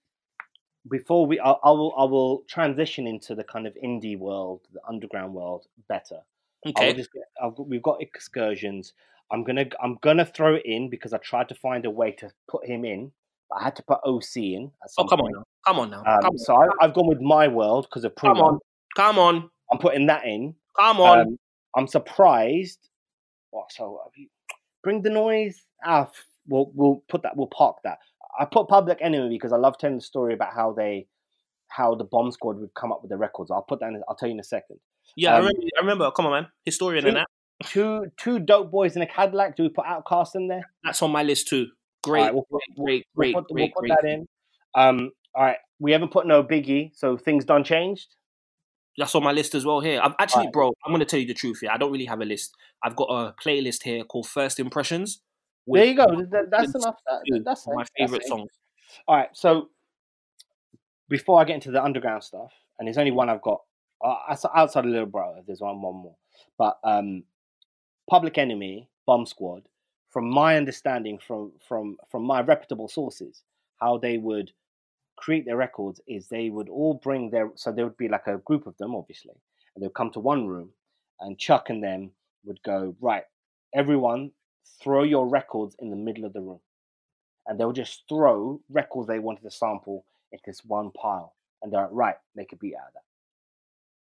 before we I, I will i will transition into the kind of indie world the underground world better I will Okay. just, I've, got- we've got excursions i'm gonna i'm gonna throw it in because i tried to find a way to put him in but i had to put oc in at Oh some come on point. now. Come on now. um, come on. so I, I've gone with my world because of Come Primo. on. Come on. I'm putting that in. Come on. Um, I'm surprised. What? So have you, bring the noise. Ah, f- we'll we'll put that. We'll park that. I put Public Enemy because I love telling the story about how they, how the bomb squad would come up with the records. I'll put that. In, I'll tell you in a second. Yeah, I, Um, remember, I remember. Come on, man. Historian and Two- that. Two two dope boys in a Cadillac. Do we put Outcast in there? That's on my list too. Great, Alright, we'll put- great, We'll great, put, great, we'll put great. that in. Um. All right. We haven't put no Biggie, so things done changed. That's on my list as well. Here, I've actually, Alright. bro. I'm gonna tell you the truth here. I don't really have a list. I've got a playlist here called First Impressions. There you go. That- that's with enough. That- two that's of my it, that's favorite it. songs. All right, so before I get into the underground stuff, and there's only one I've got uh, outs- outside of Little Brother. There's one, one more, but um, Public Enemy, Bomb Squad. From my understanding, from from from my reputable sources, how they would create their records is they would all bring their so there would be like a group of them, obviously, and they'd come to one room, and Chuck and them would go right. Everyone, throw your records in the middle of the room and they'll just throw records they wanted to sample into this one pile, and they're like, right, make a beat out of that.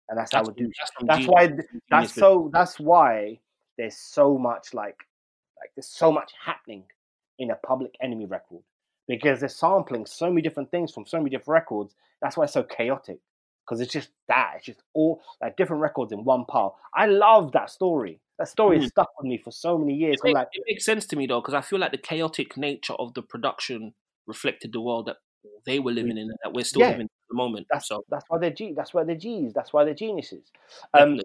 And that's, how we do. That's, from That's G- why. th- That's Genius Bit. so. That's why there's so much like, like there's so much happening in a Public Enemy record because they're sampling so many different things from so many different records. That's why it's so chaotic because it's just that. It's just all like different records in one pile. I love that story. That story Mm. has stuck with me for so many years. It, I'm makes, like, it makes sense to me though, because I feel like the chaotic nature of the production reflected the world that they were living in, and that we're still Yeah. living in at the moment. That's- um, so that's why they're G. That's why they're G's. That's why they're geniuses. Um, definitely.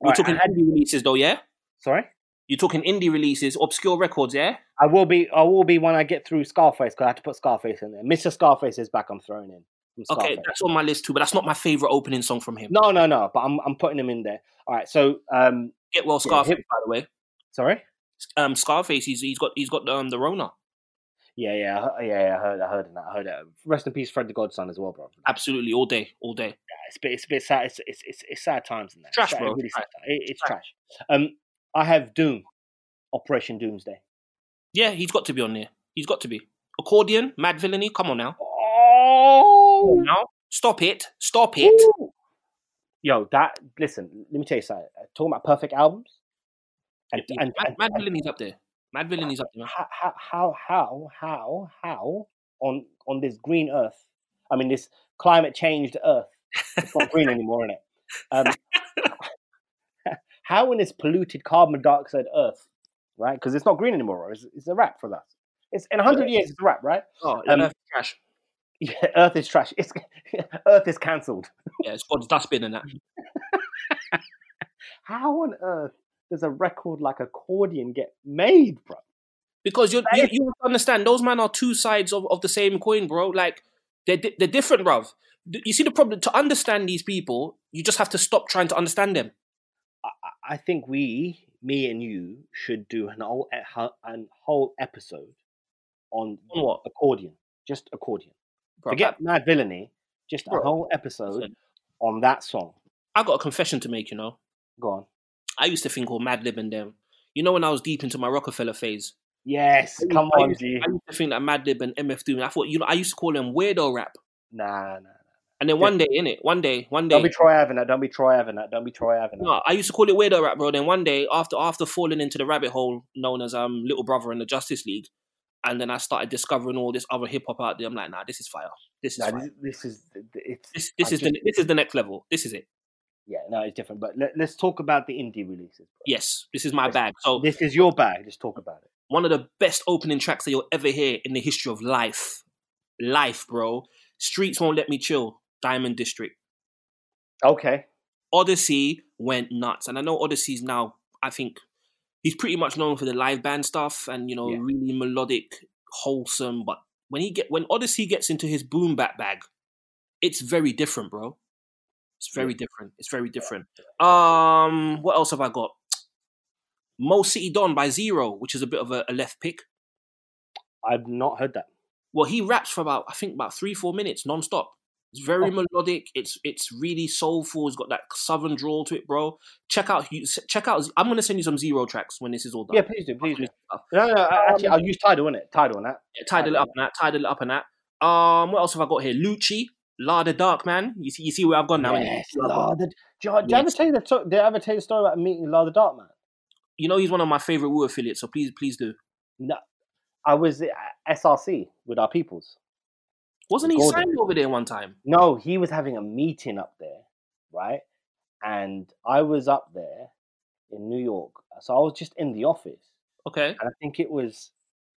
we're Alright, talking I had- indie releases though, yeah. Sorry, You're talking indie releases, obscure records, yeah. I will be. I will be when I get through Scarface because I had to put Scarface in there. Mister Scarface is back. I'm throwing in. from Okay, Scarface. that's on my list too, but that's not my favorite opening song from him. No, no, no. But I'm I'm putting him in there. All right. So um, Get well, yeah, Scarface. hip- by the way, sorry. um, Scarface, he's he's got he's got um, the Rona. Yeah, yeah, I heard- yeah, yeah. I heard, I heard that. I heard that. Rest in peace, Fred the Godson, as well, bro. Absolutely, all day, all day. It's a bit, it's a bit sad. It's it's it's, it's sad times in that. Trash, It's bro, really sad. trash. It- it's trash. Um, I have Doom, Operation Doomsday. Yeah, he's got to be on there. He's got to be. Accordion, Mad Villainy. Come on now. Come Oh, on now. Stop it. Stop it. Ooh. Yo, that listen. Let me tell you something. Uh, Talking about perfect albums, and Yeah, and, Mad, and, Mad and Villainy's up there. Mad Villainy's up there. man. how how how how how how on on this green earth, I mean this climate changed earth. It's not green anymore, is it? Um, how in this polluted carbon dioxide earth, right? Because it's not green anymore. It's, it's a wrap for us. It's in hundred years. It's a wrap, right? Oh, Um, Earth trash. Yeah, earth is trash. It's earth is cancelled. Yeah, it's God's dustbin and that. How on earth does a record like Accordion get made, bro? Because you're, you you have to understand those man are two sides of, of the same coin, bro. Like they're di- they're different, bruv. D- You see the problem to understand these people, you just have to stop trying to understand them. I- I think we, me and you, should do an whole e- ho- an whole episode on On what? Accordion, just Accordion. Bruv, Forget Mad Villainy, just a Bro, whole episode on that song. I, I got a confession to make, you know. Go on. I used to think all Mad Lib and them. You know when I was deep into my Rockefeller phase, Yes, come I on, used, G. I used to think that Mad Lib and MF Doom. I thought, you know, I used to call them weirdo rap, Nah, nah. And then one day, in it, one day, one day. Don't be Troy Avenat. Don't be Troy Avenat. Don't be Troy Avenat. No, I used to call it weirdo rap, bro. Then one day, after after falling into the rabbit hole known as um Little Brother and the Justice League, and then I started discovering all this other hip hop out there. I'm like, nah, this is fire. This is Nah, fire. this, this is it's this this I is the this is the next level. This is it. yeah no it's different. But let, let's talk about the indie releases. bro. Yes, this is my Yes. bag. So This is your bag. Let's talk about it. one of the best opening tracks that you'll ever hear in the history of life. Life, bro. Streets won't let me chill. Diamond District. Okay. Odyssey went nuts. And I know Odyssey's now, I think, he's pretty much known for the live band stuff and, you know, Yeah. really melodic, wholesome. But when he get when Odyssey gets into his boom bat bag, it's very different, bro. It's very different. It's very different. Um, what else have I got? Mo City Don by Zero, which is a bit of a, a left pick. I've not heard that. Well, he raps for about I think about three four minutes non-stop. It's very Oh. melodic. It's it's really soulful. It's got that southern drawl to it, bro. Check out you check out. I'm gonna send you some zero tracks when this is all done. Yeah, please do, please do. Uh, No, no, I- actually, I'll use title in it. Title on that. Title it up and that. Title it up and that. Um, what else have I got here? Lucci, La the Dark Man. You see, you see where I've gone now. innit? Yes, Lord. Did, you- did I ever Yes. tell you the to- did I ever tell you the story about meeting Lord the Dark Man? You know he's one of my favorite Wu affiliates, so please please do. I was at SRC with our peoples. Wasn't he Gordon. signed over there one time? No, he was having a meeting up there, right? And I was up there in New York, so I was just in the office, Okay. and I think it was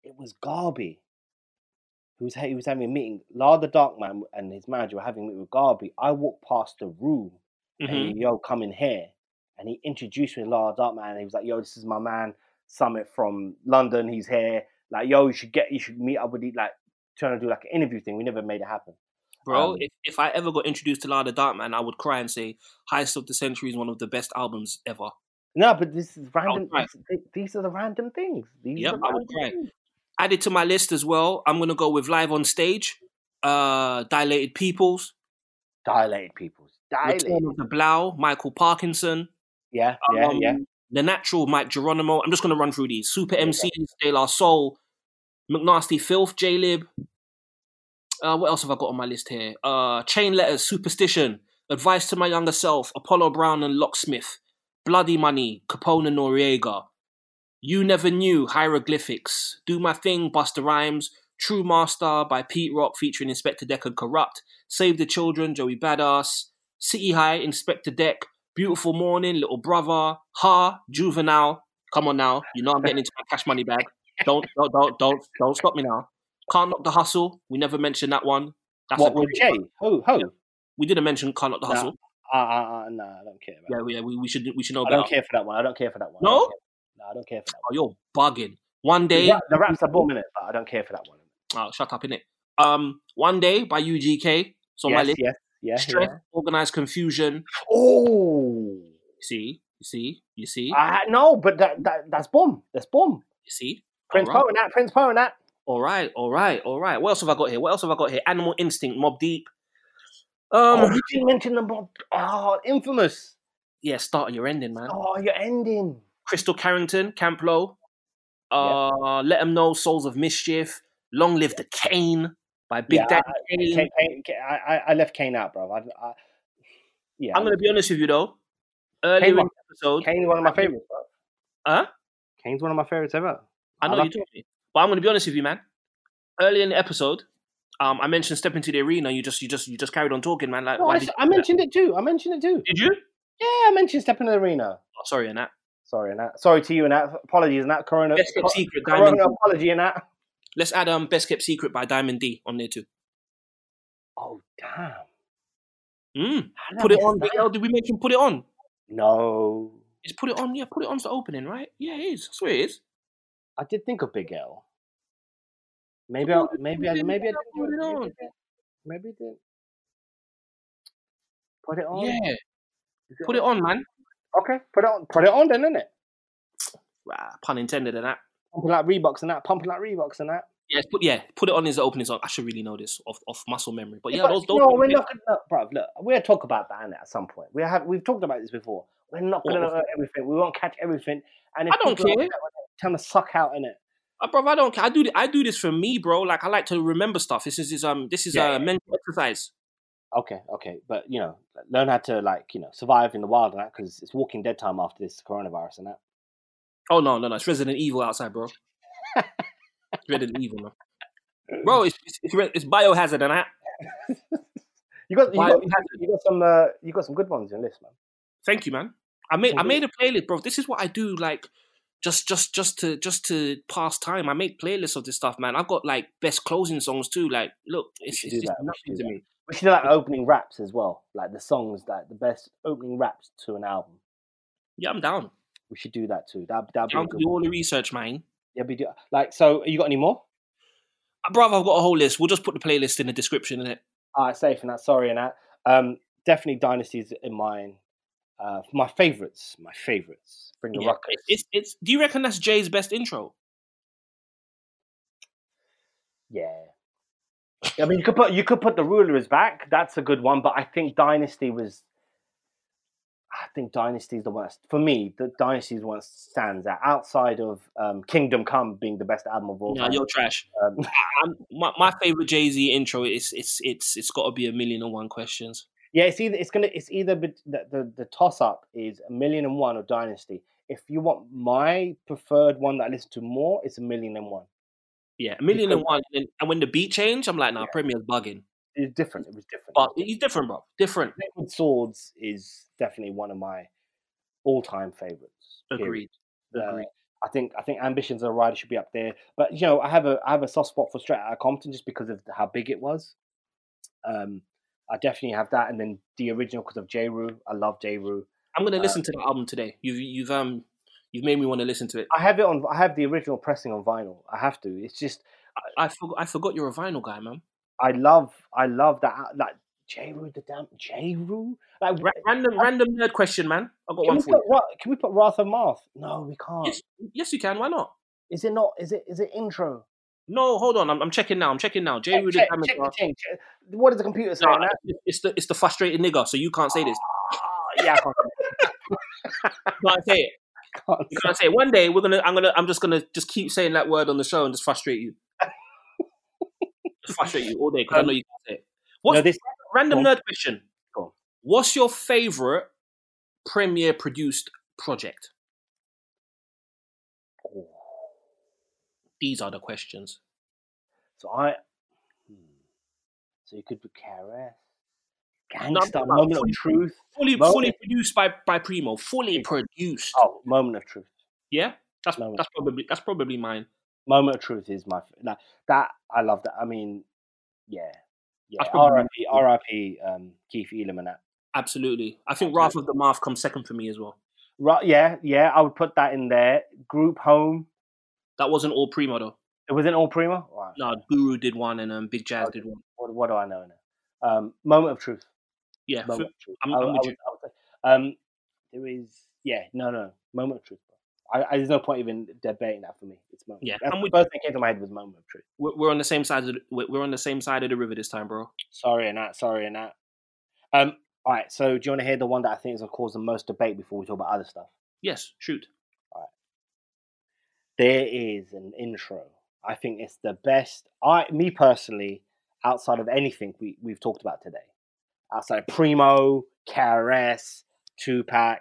it was Garby. Who was, ha- he was having a meeting. Lard the Dark Man and his manager were having a meeting with Garby. I walked past the room hmm and yo, come in here. And he introduced me to Lars Darkman. And he was like, yo, this is my man, Summit from London. He's here. Like, yo, you should get, you should meet up with him. Like, trying to do like an interview thing. We never made it happen. Bro, Um, if, if I ever got introduced to La the Dark Man, I would cry and say Heist of the Century is one of the best albums ever. No, but this is random. right. this- th- these are the random things. These Yep, are the I would random agree. things. added to my list as well. I'm gonna go with live on stage, uh, dilated peoples, Dilated peoples. Dilated. Return of the Blau, Michael Parkinson, Yeah, yeah, um, yeah. the natural Mike Geronimo. I'm just gonna run through these: Super MCs, De La Soul, McNasty Filth, J Lib. Uh, what else have I got on my list here? Uh, Chain Letters, Superstition, Advice to My Younger Self, Apollo Brown and Locksmith, Bloody Money, Capone and Noriega, You Never Knew, Hieroglyphics, Do My Thing, Buster Rhymes, True Master by Pete Rock featuring Inspector Deck and Corrupt, Save the Children, Joey Badass, City High, Inspector Deck, Beautiful Morning, Little Brother, Ha, Juvenile. Come on now, you know I'm getting into my cash money bag. Don't don't don't don't don't stop me now. Can't knock the hustle. We never mentioned that one. That's a What with great Jay? Ho, one. ho. We didn't mention can't knock the Nah. hustle. Uh, uh, uh, no, I don't care. About Yeah, yeah, we, we should we should know I about. don't care for that one. I don't care for that one. I No? don't care- No, I don't care for that Oh, you're bugging. One day, one. The raps are bombing it, but I don't care for that one. oh, shut up, innit? Um, one day by UGK. So my Yes, list: yes, yeah, stress, yeah. organized confusion. Oh. You see, you see, you see, Uh, no, but that, that that's bomb. That's bomb. you see. Prince Alright. Poe and that. Prince Poe and that. All right, all right, all right. What else have I got here? What else have I got here? Animal Instinct, Mob Deep. Um, Oh, you didn't mention the mob. Oh, infamous. yeah, start your ending, man. Oh, you're ending. Crystal Carrington, Camp Low. Uh, let them know, Souls of Mischief. Long live the Kane by Big Yeah, Daddy Kane. Kane, Kane, Kane, I, I- I left Kane out, bro. I, I, yeah, I'm gonna be honest with you though. Earlier Kane in was- the episode, Kane's one of my favorites, bro. Huh? Kane's one of my favorites ever. I know I you told me, but I'm gonna be honest with you, man. Earlier in the episode, um, I mentioned step into the arena. You just, you just, you just carried on talking, man. Like, No, why I, did I you do that? mentioned it too. I mentioned it too. Did you? Yeah, I mentioned Step in the Arena. Oh, sorry, Anat. Sorry, Nat. Sorry to you, Nat. Apologies, Nat. Corona, Best kept co- secret, Diamond. corona D. apology, Nat. Let's add um, best kept secret by Diamond D on there too. Oh, damn. Mm. How did I Put it miss on. that? Big L, did we mention put it on? No. It's put it on. Yeah, put it on's the opening, right? Yeah, it is. I swear it is. I did think of Big L. Maybe Oh, I, maybe I, Put it maybe I on, didn't do put it. it Maybe I on. didn't. Maybe I didn't. Put it on. Oh, Yeah, Is put it on, man. Okay, put it on. Put it on then, innit? Ah, pun intended, and that. Pumping like Reeboks and that. Pumping like Reeboks and that. Yes, put yeah, put it on as the opening song. I should really know this off off muscle memory, but yeah, But those, those no, we're not gonna look, bruv, Look, we'll talk about that innit, at some point. We have we've talked about this before. We're not gonna What? know everything. We won't catch everything. And I don't people are care. Trying to suck out in it. Uh, bro, I don't. care. I do. th- I do this for me, bro. Like I like to remember stuff. This is, is um. This is Yeah, a yeah. mental exercise. Okay, okay, but you know, learn how to like you know survive in the wild and that because it's Walking Dead time after this coronavirus and that. Oh no, no, no! It's Resident Evil outside, bro. It's Resident Evil, man. bro. It's it's, it's, re- it's biohazard and that. You got you Why- got, you got some uh, you got some good ones in your list, man. Thank you, man. I made I Mhm. made a playlist, bro. This is what I do, like just just just to just to pass time. I make playlists of this stuff, man. I've got like best closing songs too. Like, look, it's, should do it's just that. We nothing should to do me. We should do like opening raps as well, like the songs like the best opening raps to an album. Yeah, I'm down. We should do that too. That that'd be a Down to good. do all the research, man. Yeah, we do. Like, so you got any more? Uh, Brother, I've got a whole list. We'll just put the playlist in the description in it. All right, safe and that. Sorry and that. Um, definitely dynasties in mine. Uh, my favorites, my favorites. Bring the Yeah. ruckus. It's it's. Do you reckon that's Jay's best intro? Yeah. I mean, you could put you could put the rulers back. That's a good one, but I think Dynasty was. I think Dynasty is the worst for me. The Dynasty is the one that stands out outside of um, Kingdom Come being the best album of all No, time. you're trash. Um, I'm, my my favorite Jay Z intro is it's it's it's got to be a million and one questions. yeah, it's either it's gonna it's either bet- the the, the toss up is a million and one or Dynasty. If you want my preferred one that I listen to more, it's a million and one. Yeah, a million and one. And, and when the beat changed, I'm like, nah, Premier's bugging. It's different. It was different. But he's different, bro. Different. Liquid Swords is definitely one of my all time favorites. period. Agreed. Uh, Agrees. I think I think ambitions of a rider should be up there. But you know, I have a I have a soft spot for Straight Outta Compton just because of how big it was. Um, I definitely have that, and then the original because of J. Rue. I love J. Rue. I'm gonna uh, listen to the album today. You've you've um you've made me want to listen to it. I have it on. I have the original pressing on vinyl. I have to. It's just I, I forgot I forgot you're a vinyl guy, man. I love I love that out- like J. Rue the damn J. Rue. Like Ra- random random nerd question, man. I got can one we, for put, you. Ra- can we put Wrath of Marth? No, we can't. Yes, yes, you can. Why not? Is it not? Is it is it intro? No, hold on. I'm, I'm checking now. I'm checking now. Jay Check, Rudy check, Cameron- check the thing. Check- What does the computer say? No, on that? it's the it's the frustrated nigger, so you can't say this. Ah, yeah, I can't- You can't say it. I can't. You can't say it. One day we're gonna I'm gonna I'm just gonna just keep saying that word on the show and just frustrate you. just frustrate you all day because I know you can't say it. What's Um, No, this Random Go on. nerd question. Go on. What's your favorite premiere produced project? These are the questions. So I. Hmm. So you could do KRS. No, Gangsta, I'm talking about Moment of fully- Truth. Fully, Well- fully produced by by Primo. Fully produced. Oh, Moment of Truth. Yeah, that's No. that's probably that's probably mine. Moment of Truth is my. f- Like, that, I love that. I mean, yeah. Yeah, That's probably- RIP, RIP um, Keith Elam and that. Absolutely. I think Wrath of the Math comes second for me as well. Right, yeah, yeah, I would put that in there. Group Home. That wasn't all Primo though. It wasn't all Prima? Right. No, Guru did one and um, Big Jazz did one. What, what do I know now? Um, Moment of Truth. Yeah, Moment of Truth. I'm- I- I'm I with would- you. I would say- um, there is, yeah, no, no, moment of truth. I, I, there's no point even debating that for me. It's moment. Yeah, That's I'm the with first thing that came to my head was moment of truth. we're, we're on the same side of the, we're we're on the same side of the river this time, bro. Sorry and that. Sorry and that. Um, all right. So do you want to hear the one that I think is going to cause the most debate before we talk about other stuff? Yes, shoot. There is an intro. I think it's the best. I, me personally, outside of anything we we've talked about today, outside of Primo, KRS, Tupac,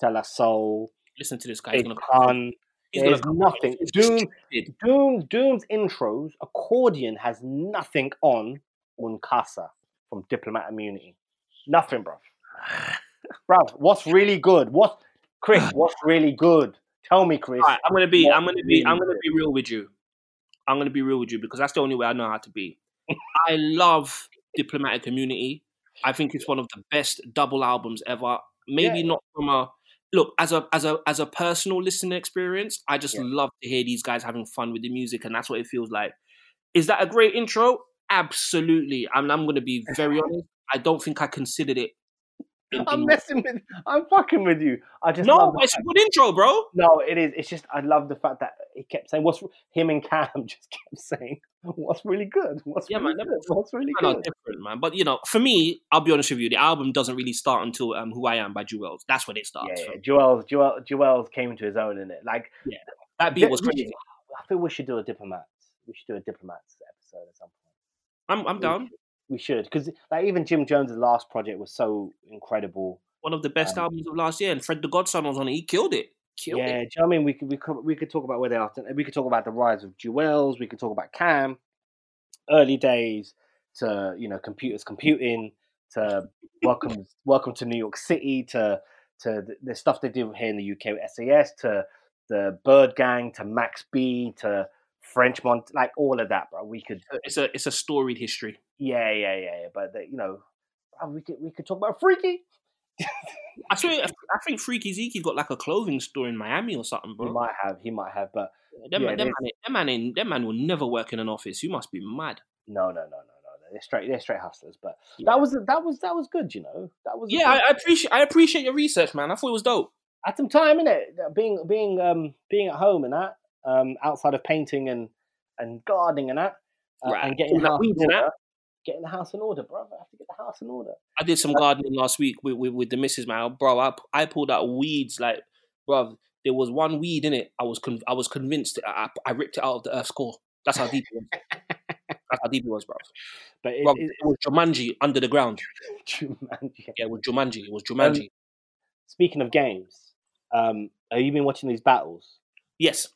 Tella Soul, Listen to this guy. He's Big gonna Pun. He's There's gonna come nothing. It's Doom, stupid. Doom, Doom's intros, accordion has nothing on Un Casa from Diplomat Immunity. Nothing, bruv. bruv, what's really good? What, Chris? What's really good? Tell me, Chris. All right, I'm gonna be. What I'm gonna be. I'm really gonna be real with you. I'm gonna be real with you because that's the only way I know how to be. I love diplomatic community. I think it's one of the best double albums ever. Maybe Yeah. not from a look as a as a as a personal listening experience. I just Yeah. love to hear these guys having fun with the music, and that's what it feels like. Is that a great intro? Absolutely. I'm. I'm gonna be very honest. I don't think I considered it. in- I'm in- messing with. I'm fucking with you. I just um no, love but the it's a fact- good intro, bro. no, it is. It's just I love the fact that he kept saying what's him and Cam just kept saying what's really good. What's Yeah, really man, that good? What's really Man are good? different, man. But you know, for me, I'll be honest with you, the album doesn't really start until um, "Who I Am" by Jewels. That's when it starts. Yeah, for yeah. me. Joel's Joel Joel's came to his own in it. Like That beat Th- was we crazy. should- I think we should do a diplomats. We should do a diplomats episode at some point. I'm, I'm We down. should- we should because like even Jim Jones' last project was so incredible. One of the best Um, albums of last year, and Fred the Godson was on it. He killed it. Killed yeah, it. do you know what I mean? We could we could we could talk about where they are. today. We could talk about the rise of Jewels. We could talk about Cam, early days to you know computers computing to welcome welcome to New York City to to the, the stuff they do here in the UK with SAS to the Bird Gang to Max B to French Mont like all of that, bro. We could It's a it's a storied history. yeah yeah yeah, yeah but the, you know bruh, we could we could talk about Freaky. I swear, I think Freaky Zeke got like a clothing store in Miami or something, He bro. might have he might have, but Them, Yeah, it them is. man, ain't- them man, ain't- them man will never work in an office. You must be mad. No, no, no, no, no. They're straight. They're straight hustlers. But that was that was that was good. You know, that was Yeah, I, I appreciate I appreciate your research, man. I thought it was dope. had some time in it. uh, Being being um being at home and that um outside of painting and and gardening and that uh, Right. and getting All the that house in weeds and that. order. Getting the house in order, bro. I have to get the house in order. I did some gardening last week with, with, with the missus, man. Bro, I, I pulled out weeds like, bro. There was one weed in it. I was con- I was convinced. I, I I ripped it out of the earth's core. That's how deep it was. That's how deep it was, bro. But it, Bro, it, it was Jumanji under the ground. Jumanji. Yeah, it was Jumanji. It was Jumanji. Speaking of games, um, have you been watching these battles? yes,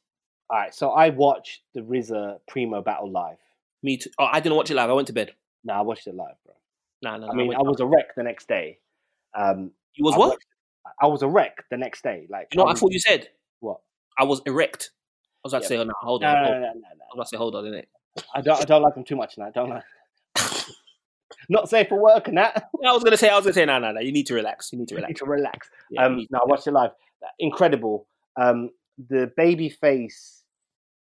All right, so I watched the RZA Primo battle live. me too. Oh, I didn't watch it live. I went to bed. No, I watched it live, bro. Nah, nah, nah I mean, went- I was a wreck the next day. Um, you was I what? watched- I was a wreck the next day. Like You know what I was- thought you said? What? I was erect. I was about to Yeah. Uh, say, oh, no, hold No, on. no, hold no, on. no, no, I was about to say, hold on, innit? no. I don't. I don't like them too much. And I don't like. Not safe for work and that. I was gonna say, I was gonna say, no, no, no. You need to relax. You need to You need relax. to relax. Yeah, Um, you- no, I watched it live. Incredible. Um, the baby face,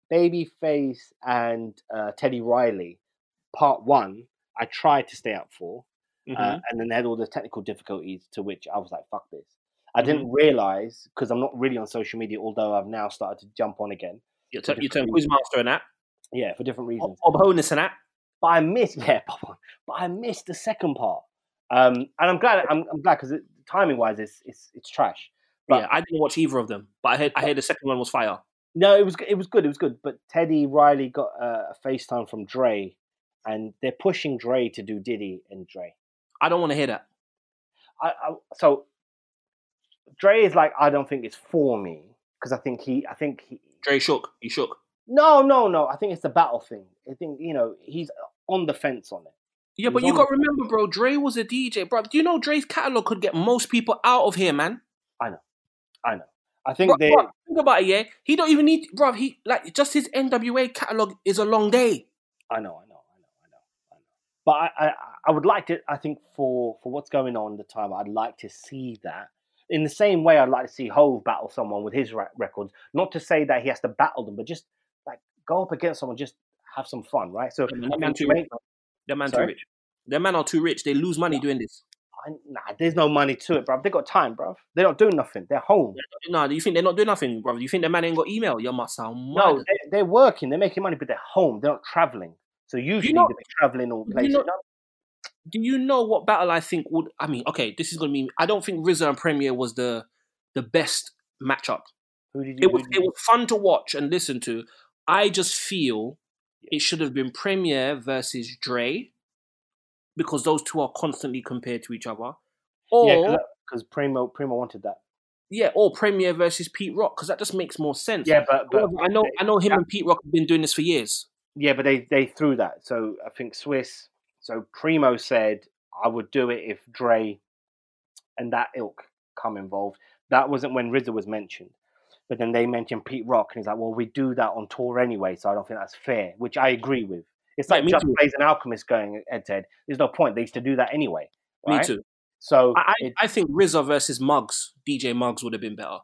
baby face, and uh, Teddy Riley, part one. I tried to stay up for, mhm. uh, and then they had all the technical difficulties to which I was like, "Fuck this." I didn't realize because I'm not really on social media, although I've now started to jump on again. you turn, you turn quizmaster and that. Yeah, for different reasons. Bob Honus and that. but I missed yeah, pop on. But I missed the second part. Um, and I'm glad I'm, I'm glad because timing wise, it's, it's it's trash. But- yeah, I didn't watch either of them, but I heard, I heard the second one was fire. No, it was g- it was good. It was good. But Teddy Riley got uh, a FaceTime from Dre, and they're pushing Dre to do Diddy and Dre. I don't want to hear that. I, I so Dre is like I don't think it's for me because I think he I think he Dre shook. He shook. no no no I think it's the battle thing. I think you know he's uh, on the fence on it. Yeah, He but was you on got to remember, bro. Dre was a DJ, bro. Do you know Dre's catalog could get most people out of here, man? I think Bro, they bro, think about it, yeah. He don't even need, bro. He like just his NWA catalog is a long day. I know, I know, I know, I know, I know. But I, I, I would like to. I think for for what's going on at the time, I'd like to see that. In the same way, I'd like to see Hove battle someone with his ra- records. Not to say that he has to battle them, but just like go up against someone, just have some fun, right? So Yeah, I man, think too Drake- rich. Their man Sorry? too rich. Their man are too rich. They lose money doing this. I, nah, there's no money to it, bruv. They got time, bruv. They're not doing nothing. They're home. No, do you think they're not doing nothing, bro? Do you think their man ain't got email? You must sound mad. No, they, they're working. They're making money, but they're home. They're not traveling. So usually know- they're traveling all you places. know- do you know what battle I think would? I mean, okay, this is gonna be. I don't think RZA and Premier was the the best matchup. Who did you? It who was did it you- was fun to watch and listen to. I just feel it should have been Premier versus Dre because those two are constantly compared to each other. Or yeah, yeah, because Primo Primo wanted that. or Premier versus Pete Rock because that just makes more sense. Yeah, but, but However, I know I know him and Pete Rock have been doing this for years. Yeah, but they they threw that. So I think Swiss. So Primo said I would do it if Dre and that ilk come involved. That wasn't when RZA was mentioned, but then they mentioned Pete Rock, and he's like, "Well, we do that on tour anyway, so I don't think that's fair," which I agree with. It's Yeah, like me just too. Blaze and Alchemist going head to head. There's no point. They used to do that anyway. Me right? too. So I, I, it, I think RZA versus Muggs, DJ Muggs would have been better.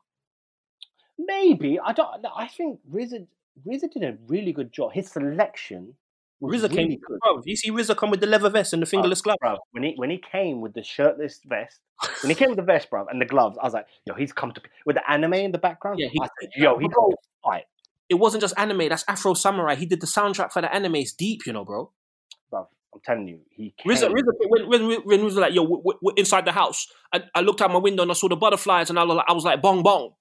maybe I don't. no, I think RZA RZA did a really good job. His selection. Was RZA really came, good. bro. You see RZA come with the leather vest and the fingerless glove. bruv, when he when he came with the shirtless vest, when he came with the vest, bruv, and the gloves, I was like, yo, he's come to with the anime in the background. Yeah, he- I said, yo, he's come to fight, It wasn't just anime. That's Afro Samurai. He did the soundtrack for the anime. It's deep, you know, bro. bruv. I'm telling you, he came. RZA, RZA when, when, when RZA was like, "Yo, we're, we're inside the house," I, I looked out my window and I saw the butterflies, and I was like, I was like "Bong bong."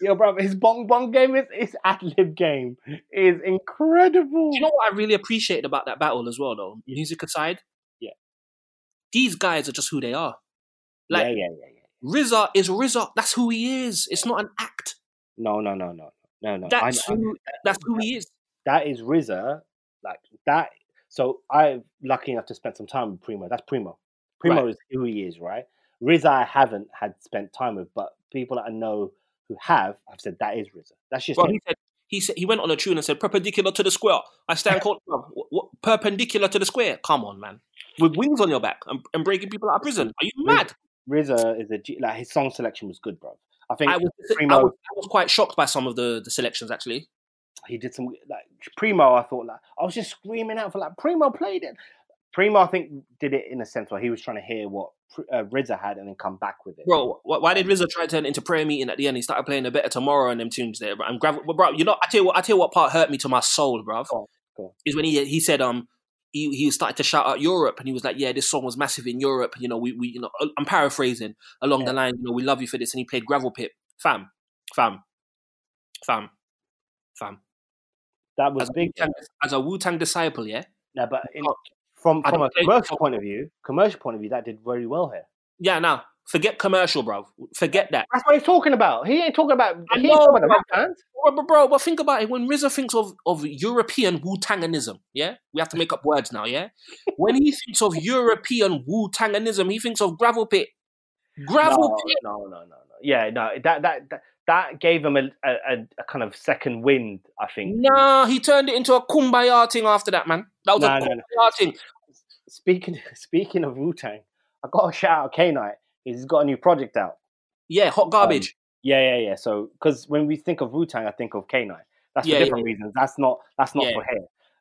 Yo, bruv, his bong bong game is his ad lib game is incredible. Do you know what I really appreciated about that battle as well, though? Music aside, Yeah. these guys are just who they are. Like yeah, yeah, yeah, yeah. RZA is RZA. That's who he is. It's not an act. No, no, no, no, no, no. I- That's I- who. That's who he is. that is RZA, like that. So I'm lucky enough to spend some time with Primo. That's Primo. Primo Right. is who he is, right? RZA, I haven't had spent time with, but people that I know who have, I've said that is RZA. That's just Well, him. he said he said he went on a tune and said perpendicular to the square. I stand called perpendicular to the square. Come on, man, with wings on your back and, and breaking people out of prison. Are you mad? RZA is a G- like his song selection was good, bro. I think I was, I Primo- was I was quite shocked by some of the, the selections actually. he did some like Primo. I thought like I was just screaming out for like Primo played it. Primo, I think, did it in a sense where he was trying to hear what Pr- uh, RZA had and then come back with it. Bro, wh- why did RZA try to turn it into prayer meeting at the end? He started playing a better tomorrow and them tunes there. Bro. And grav- but bro, you know, I tell you what, I tell you what part hurt me to my soul, bro. Go on, go on. Is when he he said um. He, he started to shout out Europe, and he was like, "Yeah, this song was massive in Europe." You know, we, we you know, uh, I'm paraphrasing along the line. You know, we love you for this, and he played Gravel Pit, fam, fam, fam, fam. that was As a big. Wu-Tang- as a Wu Tang disciple, yeah, No, but in, Oh, from I from a don't think- commercial point of view, commercial point of view, that did very well here. yeah. Now forget commercial, bro. Forget that. That's what he's talking about. He ain't talking about. I He ain't know, talking about the bro. rap fans. Bro, bro, bro, but think about it. When RZA thinks of, of European Wu Tanganism, yeah, we have to make up words now, yeah. When he thinks of European Wu Tanganism, he thinks of gravel pit, gravel No, pit. no, no, no, no. Yeah, no. That that that, that gave him a, a a- a kind of second wind. I Mm. think. Nah, he turned it into a kumbaya thing after that, man. That was Nah, a nah, kumbaya nah. thing. Speaking speaking of Wu Tang, I got to shout out K Night. He's got a new project out. Yeah, Um, hot garbage. Yeah, yeah, yeah. So because when we think of Wu Tang, I think of K Nine. That's Yeah, for yeah, different reasons. That's not that's not Yeah. for here.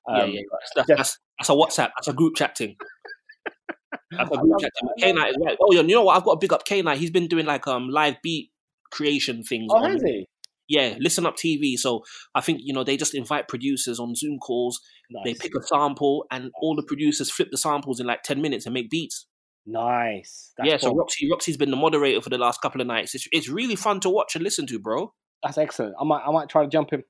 yeah, Um, yeah, that's, that's, just- that's, that's a WhatsApp. That's a group chat thing. That's a I group love chat thing. that, I K9 is right. Oh, yeah, you know what? I've got to big up K9. He's been doing like um live beat creation things. Oh, on- has he? Yeah, listen up TV. So I think you know they just invite producers on Zoom calls. They Nice. pick a sample, and all the producers flip the samples in like ten minutes and make beats. nice. That's yeah, so cool. Roxy Roxy's been the moderator for the last couple of nights. It's it's really fun to watch and listen to, bro. that's excellent. I might I might try to jump him.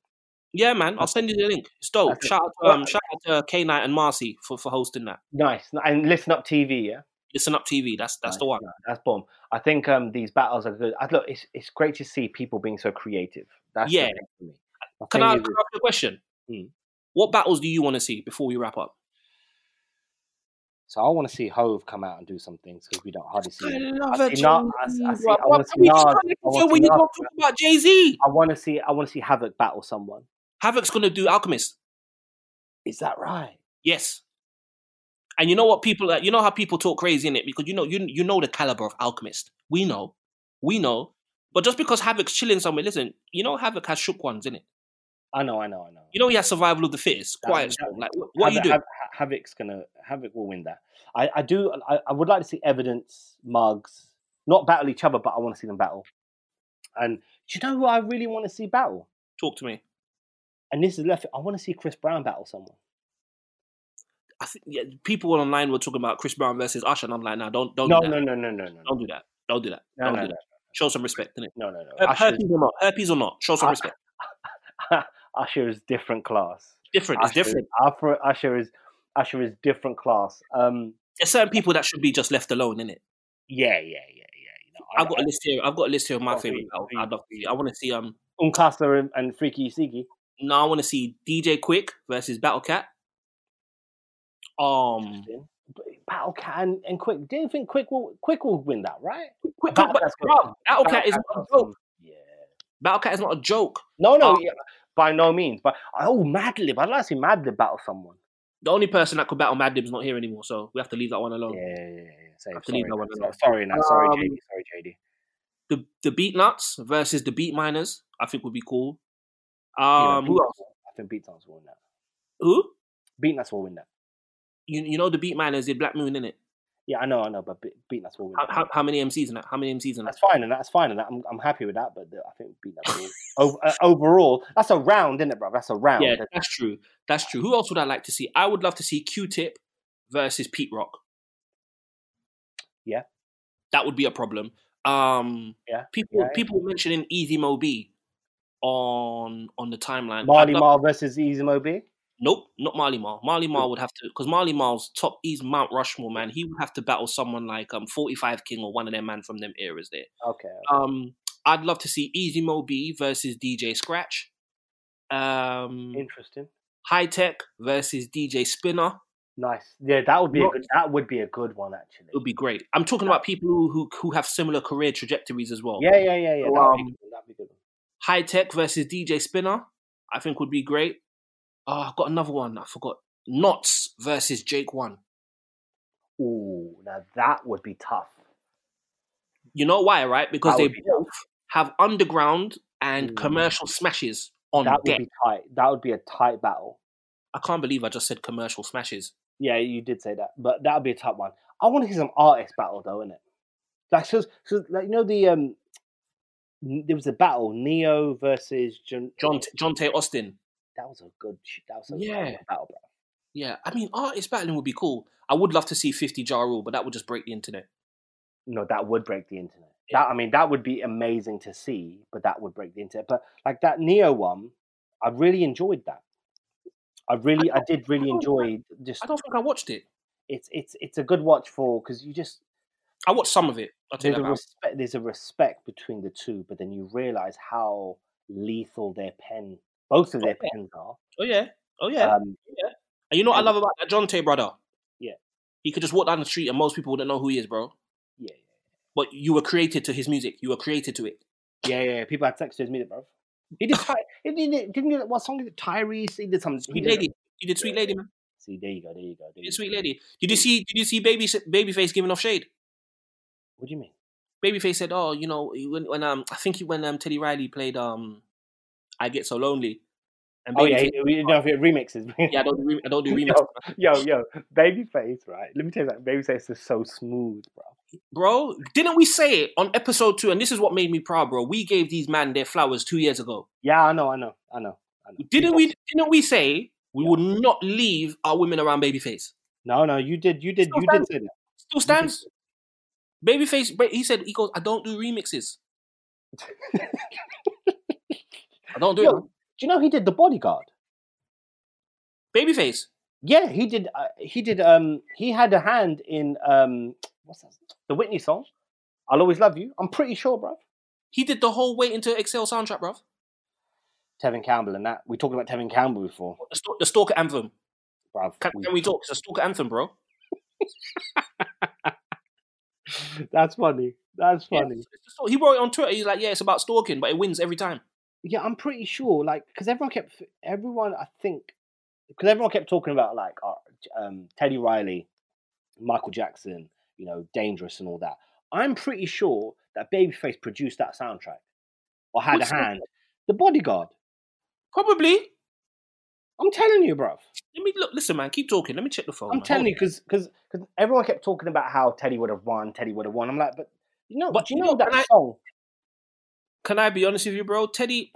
Yeah, man, I'll send you the link. It's dope. That's it. Shout out, um, shout out to K Knight and Marcy for, for hosting that. Nice and listen up TV. Yeah, Listen up TV. That's that's the Nice. one. No, that's bomb. I think um these battles are good. I, look, it's it's great to see people being so creative. That's the Yeah. thing for me. My Can thing I, is- can I ask you a question? Hmm. What battles do you want to see before we wrap up? So I want to see Hove come out and do some things because we don't hardly see. him. love I see Na- I see- I see- I wanna see Nas. I wanna when see you Nas. talk about Jay Z. I want to see I want to see Havoc battle someone. Havoc's gonna do Alchemist. Is that right? Yes. And you know what people uh, you know how people talk crazy in it because you know you you know the caliber of Alchemist. We know, we know. But just because Havoc's chilling somewhere, listen, you know Havoc has shook ones in it. I know, I know, I know. You know he has survival of the fittest. That- Quiet. that- storm. Like what, what are you Havoc- doing? Hav- Havoc's gonna Havoc will win that. I, I do. I, I would like to see evidence mugs not battle each other, but I want to see them battle. And do you know who I really want to see battle? Talk to me. And this is left. I want to see Chris Brown battle someone. I think yeah, people online were talking about Chris Brown versus Usher, and I'm like, no, don't don't No, do that. no, no, no, no, no, no, Don't do that. Don't do that. no, don't no, do no, that. Show some respect, innit? no, no, no. Her- Usher's, herpes or not, herpes or not, show some Uh, respect. Usher's different class. Different, it's Usher- different. Usher, Usher is Usher is different class. Um, There's certain people that should be just left alone, innit? yeah, yeah, yeah, yeah. You know, I've got a list here. I've got a list here of my Oh, favorite please, battles. please, I'd love to see. I want to see. Um, Uncastle and, and Freaky Sigi. no, I want to see DJ Quick versus Battle Cat. Um, But Battle Cat and, and Quick. Do you think Quick will Quick will win that, right? Quick, Battle but, Cat's good. bruv, Battle Cat is Battle not a Cat's joke. awesome. Yeah. Battle Cat is not a joke. No, no, Oh. yeah, by no means. But oh, Madlib. I'd like to see Madlib battle someone. The only person that could battle Madlib's not here anymore, so we have to leave that one alone. Yeah, yeah, yeah. yeah. Same. Have to Sorry, leave Oh. that one now. alone. So- sorry, now. Sorry, Um, JD. Sorry, JD. The the Beat Nuts versus the Beat Miners, I think would be cool. Yeah, Um, who Beat else? Nuts- I think Beat Nuts will win that. Who? Beat Nuts will win that. You you know the Beat Miners did Black Moon in it. Yeah, I know, I know, but Be- Beat Nuts will win. How, that. how, how many MCs in that? How many MCs in that? that's fine, and that's fine, and that, I'm, I'm happy with that. But the, I think Beat Nuts will win. Over, uh, overall, that's a round, isn't it, bro? That's a round. Yeah, that's true. That's true. Who else would I like to see? I would love to see Q-Tip versus Pete Rock. Yeah. that would be a problem. Um, Yeah, people yeah, yeah. people were mentioning Easy Mo B on on the timeline. Marley I'd love- Marl versus Easy Mo B. Nope, not Marley Marl. Marley Marl would have to because Marley Marl's top he's Mount Rushmore man. He would have to battle someone like um 45 King or one of them man from them eras there. Okay. Um, I'd love to see Easy Mobi versus DJ Scratch. Um, Interesting. High Tech versus DJ Spinner Nice. Yeah, that would be a Not- good. That would be a good one actually. would be great. I'm talking about people who who, who have similar career trajectories as well. Yeah, yeah, yeah, yeah. That'd, So, be, um, good, that'd be good. High Tech versus DJ Spinner, I think would be great. Oh, I've got another one. I forgot. Knots versus Jake One. Ooh, now that would be tough. You know why, right? Because That they would be tough. both have underground and Mm. commercial smashes on that would deck. be tight. That would be a tight battle. I can't believe I just said commercial smashes. Yeah, you did say that, but that would be a tough one. I want to see some artist battle though, innit? Like, so, so like you know the um, n- there was a battle Neo versus John. John John Tay Austin. That was a good. sh- That was a Yeah. good battle, bro. Yeah, I mean, artist battling would be cool. I would love to see 50 Jar Rule, but that would just break the internet. No, that would break the internet. Yeah. That I mean, that would be amazing to see, but that would break the internet. But like that Neo one, I really enjoyed that. I really, I, don't- did really don't- enjoy just I don't think I watched it. it's it's it's a good watch for because you just I watched some of it. I'll tell there's a you that. now. respect there's a respect between the two, but then you realize how lethal their pen both of their yeah. pens are. Oh, yeah. Oh, yeah. Um, And you know what I love about that John Tay brother? Yeah. He could just walk down the street and most people wouldn't know who he is, bro. Yeah, yeah. But you were created to his music. You were created to it. yeah, yeah, yeah, People had sex to his music, bro. He did. Ty- he did didn't he, what song did it? Tyrese? He did some. He Sweet did a- lady. He did Sweet Lady, man. See, there you go. There you go. There He you go. did Sweet Lady. Did you see did you see baby babyface giving off shade? What do you mean? Babyface said, Oh, you know, when, when um I think he- when um Teddy Riley played um I Get So Lonely. And Oh yeah, Babyface- he- we didn't know if it remixes. yeah, I don't do rem- I don't do remixes. yo, yo, Babyface, right? Let me tell you that Babyface is so smooth, bro. bro. Didn't we say it on episode two? And this is what made me proud, bro. We gave these man their flowers two years ago. Yeah, I know, I know, I know. I know. Didn't You we? got- Didn't we say we would not leave our women around babyface? No, no, you did, you did, you Still did stands. say that. Still stands. Babyface, ba- he said he goes. I don't do remixes. I don't do Yo. it. man. Do you know he did the Bodyguard? Babyface. Yeah, he did. Uh, he did. Um, he had a hand in um, what's that? The Whitney song. I'll always love you. I'm pretty sure, bro. He did the whole way into Excel soundtrack, bro. Tevin Campbell and that. We talked about Tevin Campbell before, The, stalk- the Stalker anthem. bruv. Can, We- can we talk? It's a Stalker anthem, bro. That's funny. That's Yeah. funny. So He wrote it on Twitter. He's like, yeah, it's about stalking, but it wins every time. yeah, I'm pretty sure, like, because everyone kept, everyone, I think, because everyone kept talking about, like, uh, J- um, Teddy Riley, Michael Jackson, you know, Dangerous and all that. I'm pretty sure that Babyface produced that soundtrack or had Which a soundtrack? hand. The Bodyguard. Probably. I'm telling you, bruv. Let me look. Listen, man. Keep talking. Let me check the phone. I'm man. telling Hold you, because because everyone kept talking about how Teddy would have won, Teddy would have won. I'm like, but you know, But do you you know know, that can I- song? on. Can I be honest with you, bro? Teddy,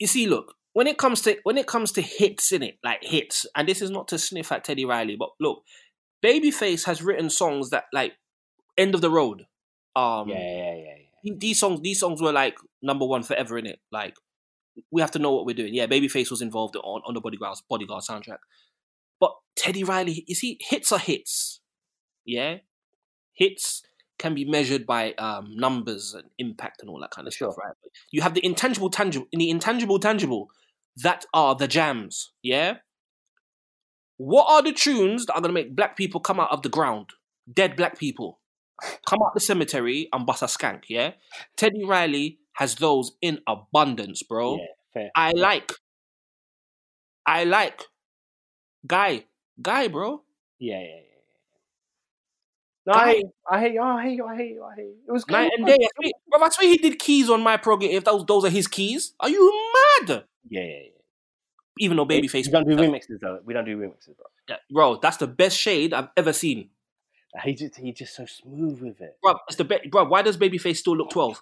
you see, look. When it comes to when it comes to hits in it, like hits, and this is not to sniff at Teddy Riley, but look, Babyface has written songs that like end of the road. Um, Yeah, yeah, yeah, yeah. these songs these songs were like number one forever in it. Like we have to know what we're doing. Yeah, Babyface was involved on on the Bodyguard Bodyguard soundtrack, but Teddy Riley, you see, hits are hits. Yeah, hits can be measured by um, numbers and impact and all that kind of Sure. stuff, right? You have the intangible, tangible, in the intangible, tangible that are the jams. Yeah. What are the tunes that are going to make black people come out of the ground? Dead black people. Come out the cemetery and bust a skank, yeah? Teddy Riley has those in abundance, bro. Yeah, fair. I like. I like. Guy. Guy, bro. Yeah, yeah, yeah. No, Guy. I hate, I hate you, I hate you, I hate you, I hate you. It was good. Night it and was day. I swear, bro, I swear he did keys on my prerogative. Those, those are his keys. Are you mad? good. Yeah, yeah, yeah. Even though Babyface. We don't do remixes though. We don't do remixes, bro. Bro, that's the best shade I've ever seen. He just he just so smooth with it, Bro, it's the be- bro why does Babyface still look 12?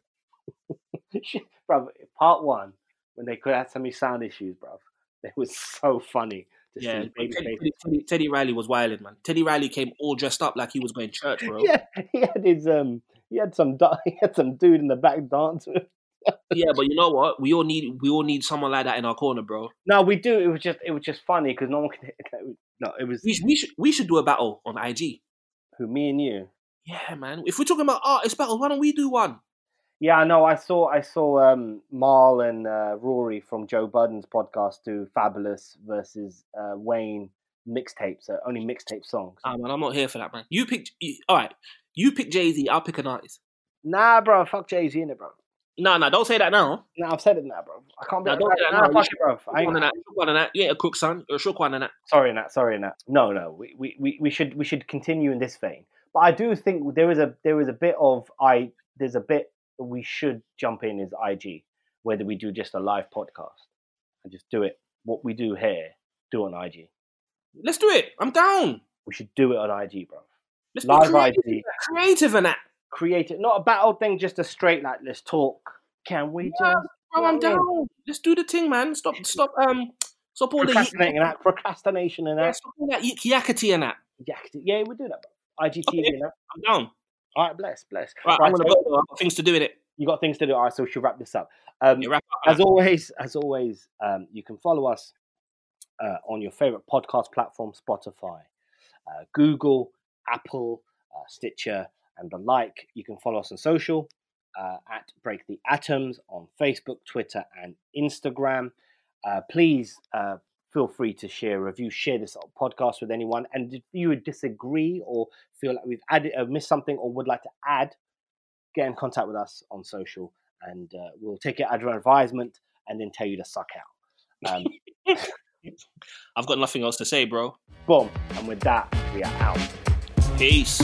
bro. Part one when they could have so many sound issues, bro. It was so funny to Yeah, see Teddy, Babyface. Teddy- Teddy Riley was wilding, man. Teddy Riley came all dressed up like he was going church, bro. Yeah, he had his um, he had some du- he had some dude in the back dance. with- yeah, but you know what? We all need we all need someone like that in our corner, bro. No, we do. It was just it was just funny because no one could. No, it was We, sh- we should we should do a battle on IG. who me and you. Yeah, man. If we're talking about artist battles, why don't we do one? Yeah, I know. I saw I saw um, Marl and uh, Rory from Joe Budden's podcast do Fabulous versus uh, Wayne mixtapes, uh, only mixtape songs. Ah, man, I'm not here for that, man. You pick. You, all right, you pick Jay Z. I'll pick an artist. nah, bro, fuck Jay Z in it, bro. No, no, don't say that now. Nah, I've said it now, bro. I can't be. Nah, don't do that nah, now. fuck it, bro. I Shook one ain't, and that. Shook one and that. You ain't a crook, son. You're a shook one and that. sorry, Nat. Sorry, Nat. No, no. We, we, we, we should we should continue in this vein. But I do think there is a there is a bit of I there's a bit that we should jump in is IG whether we do just a live podcast and just do it what we do here do on IG. Let's do it. I'm down. We should do it on IG, bro. Let's Live be creative, IG. creative in that. Create it, not a battle thing, just a straight like let's talk. Can we Yeah, just Bro, I'm Yeah. down. Let's do the thing, man. Stop, stop, um, stop all the procrastinating and that procrastination and yeah, that? stop all that yik- yakety and that. Yeah, yeah, we do that. Bro. IGTV, Okay. you know. I'm down. All right, bless, bless. Right, I'm Right, gonna so go. I've got things to do in it. you got things to do. All right, so we should wrap this up. Um, Yeah, wrap up. as always, as always, um, you can follow us uh, on your favorite podcast platform: Spotify, uh, Google, Apple, uh, Stitcher, and the like. You can follow us on social uh, at Break the Atoms on Facebook, Twitter, and Instagram. Uh, please uh, feel free to share a review, share this podcast with anyone. And if you would disagree or feel like we've added uh, missed something or would like to add, get in contact with us on social and uh, we'll take it under advisement and then tell you to suck out. Um, I've got nothing else to say, bro. boom. And with that, we are out. Peace.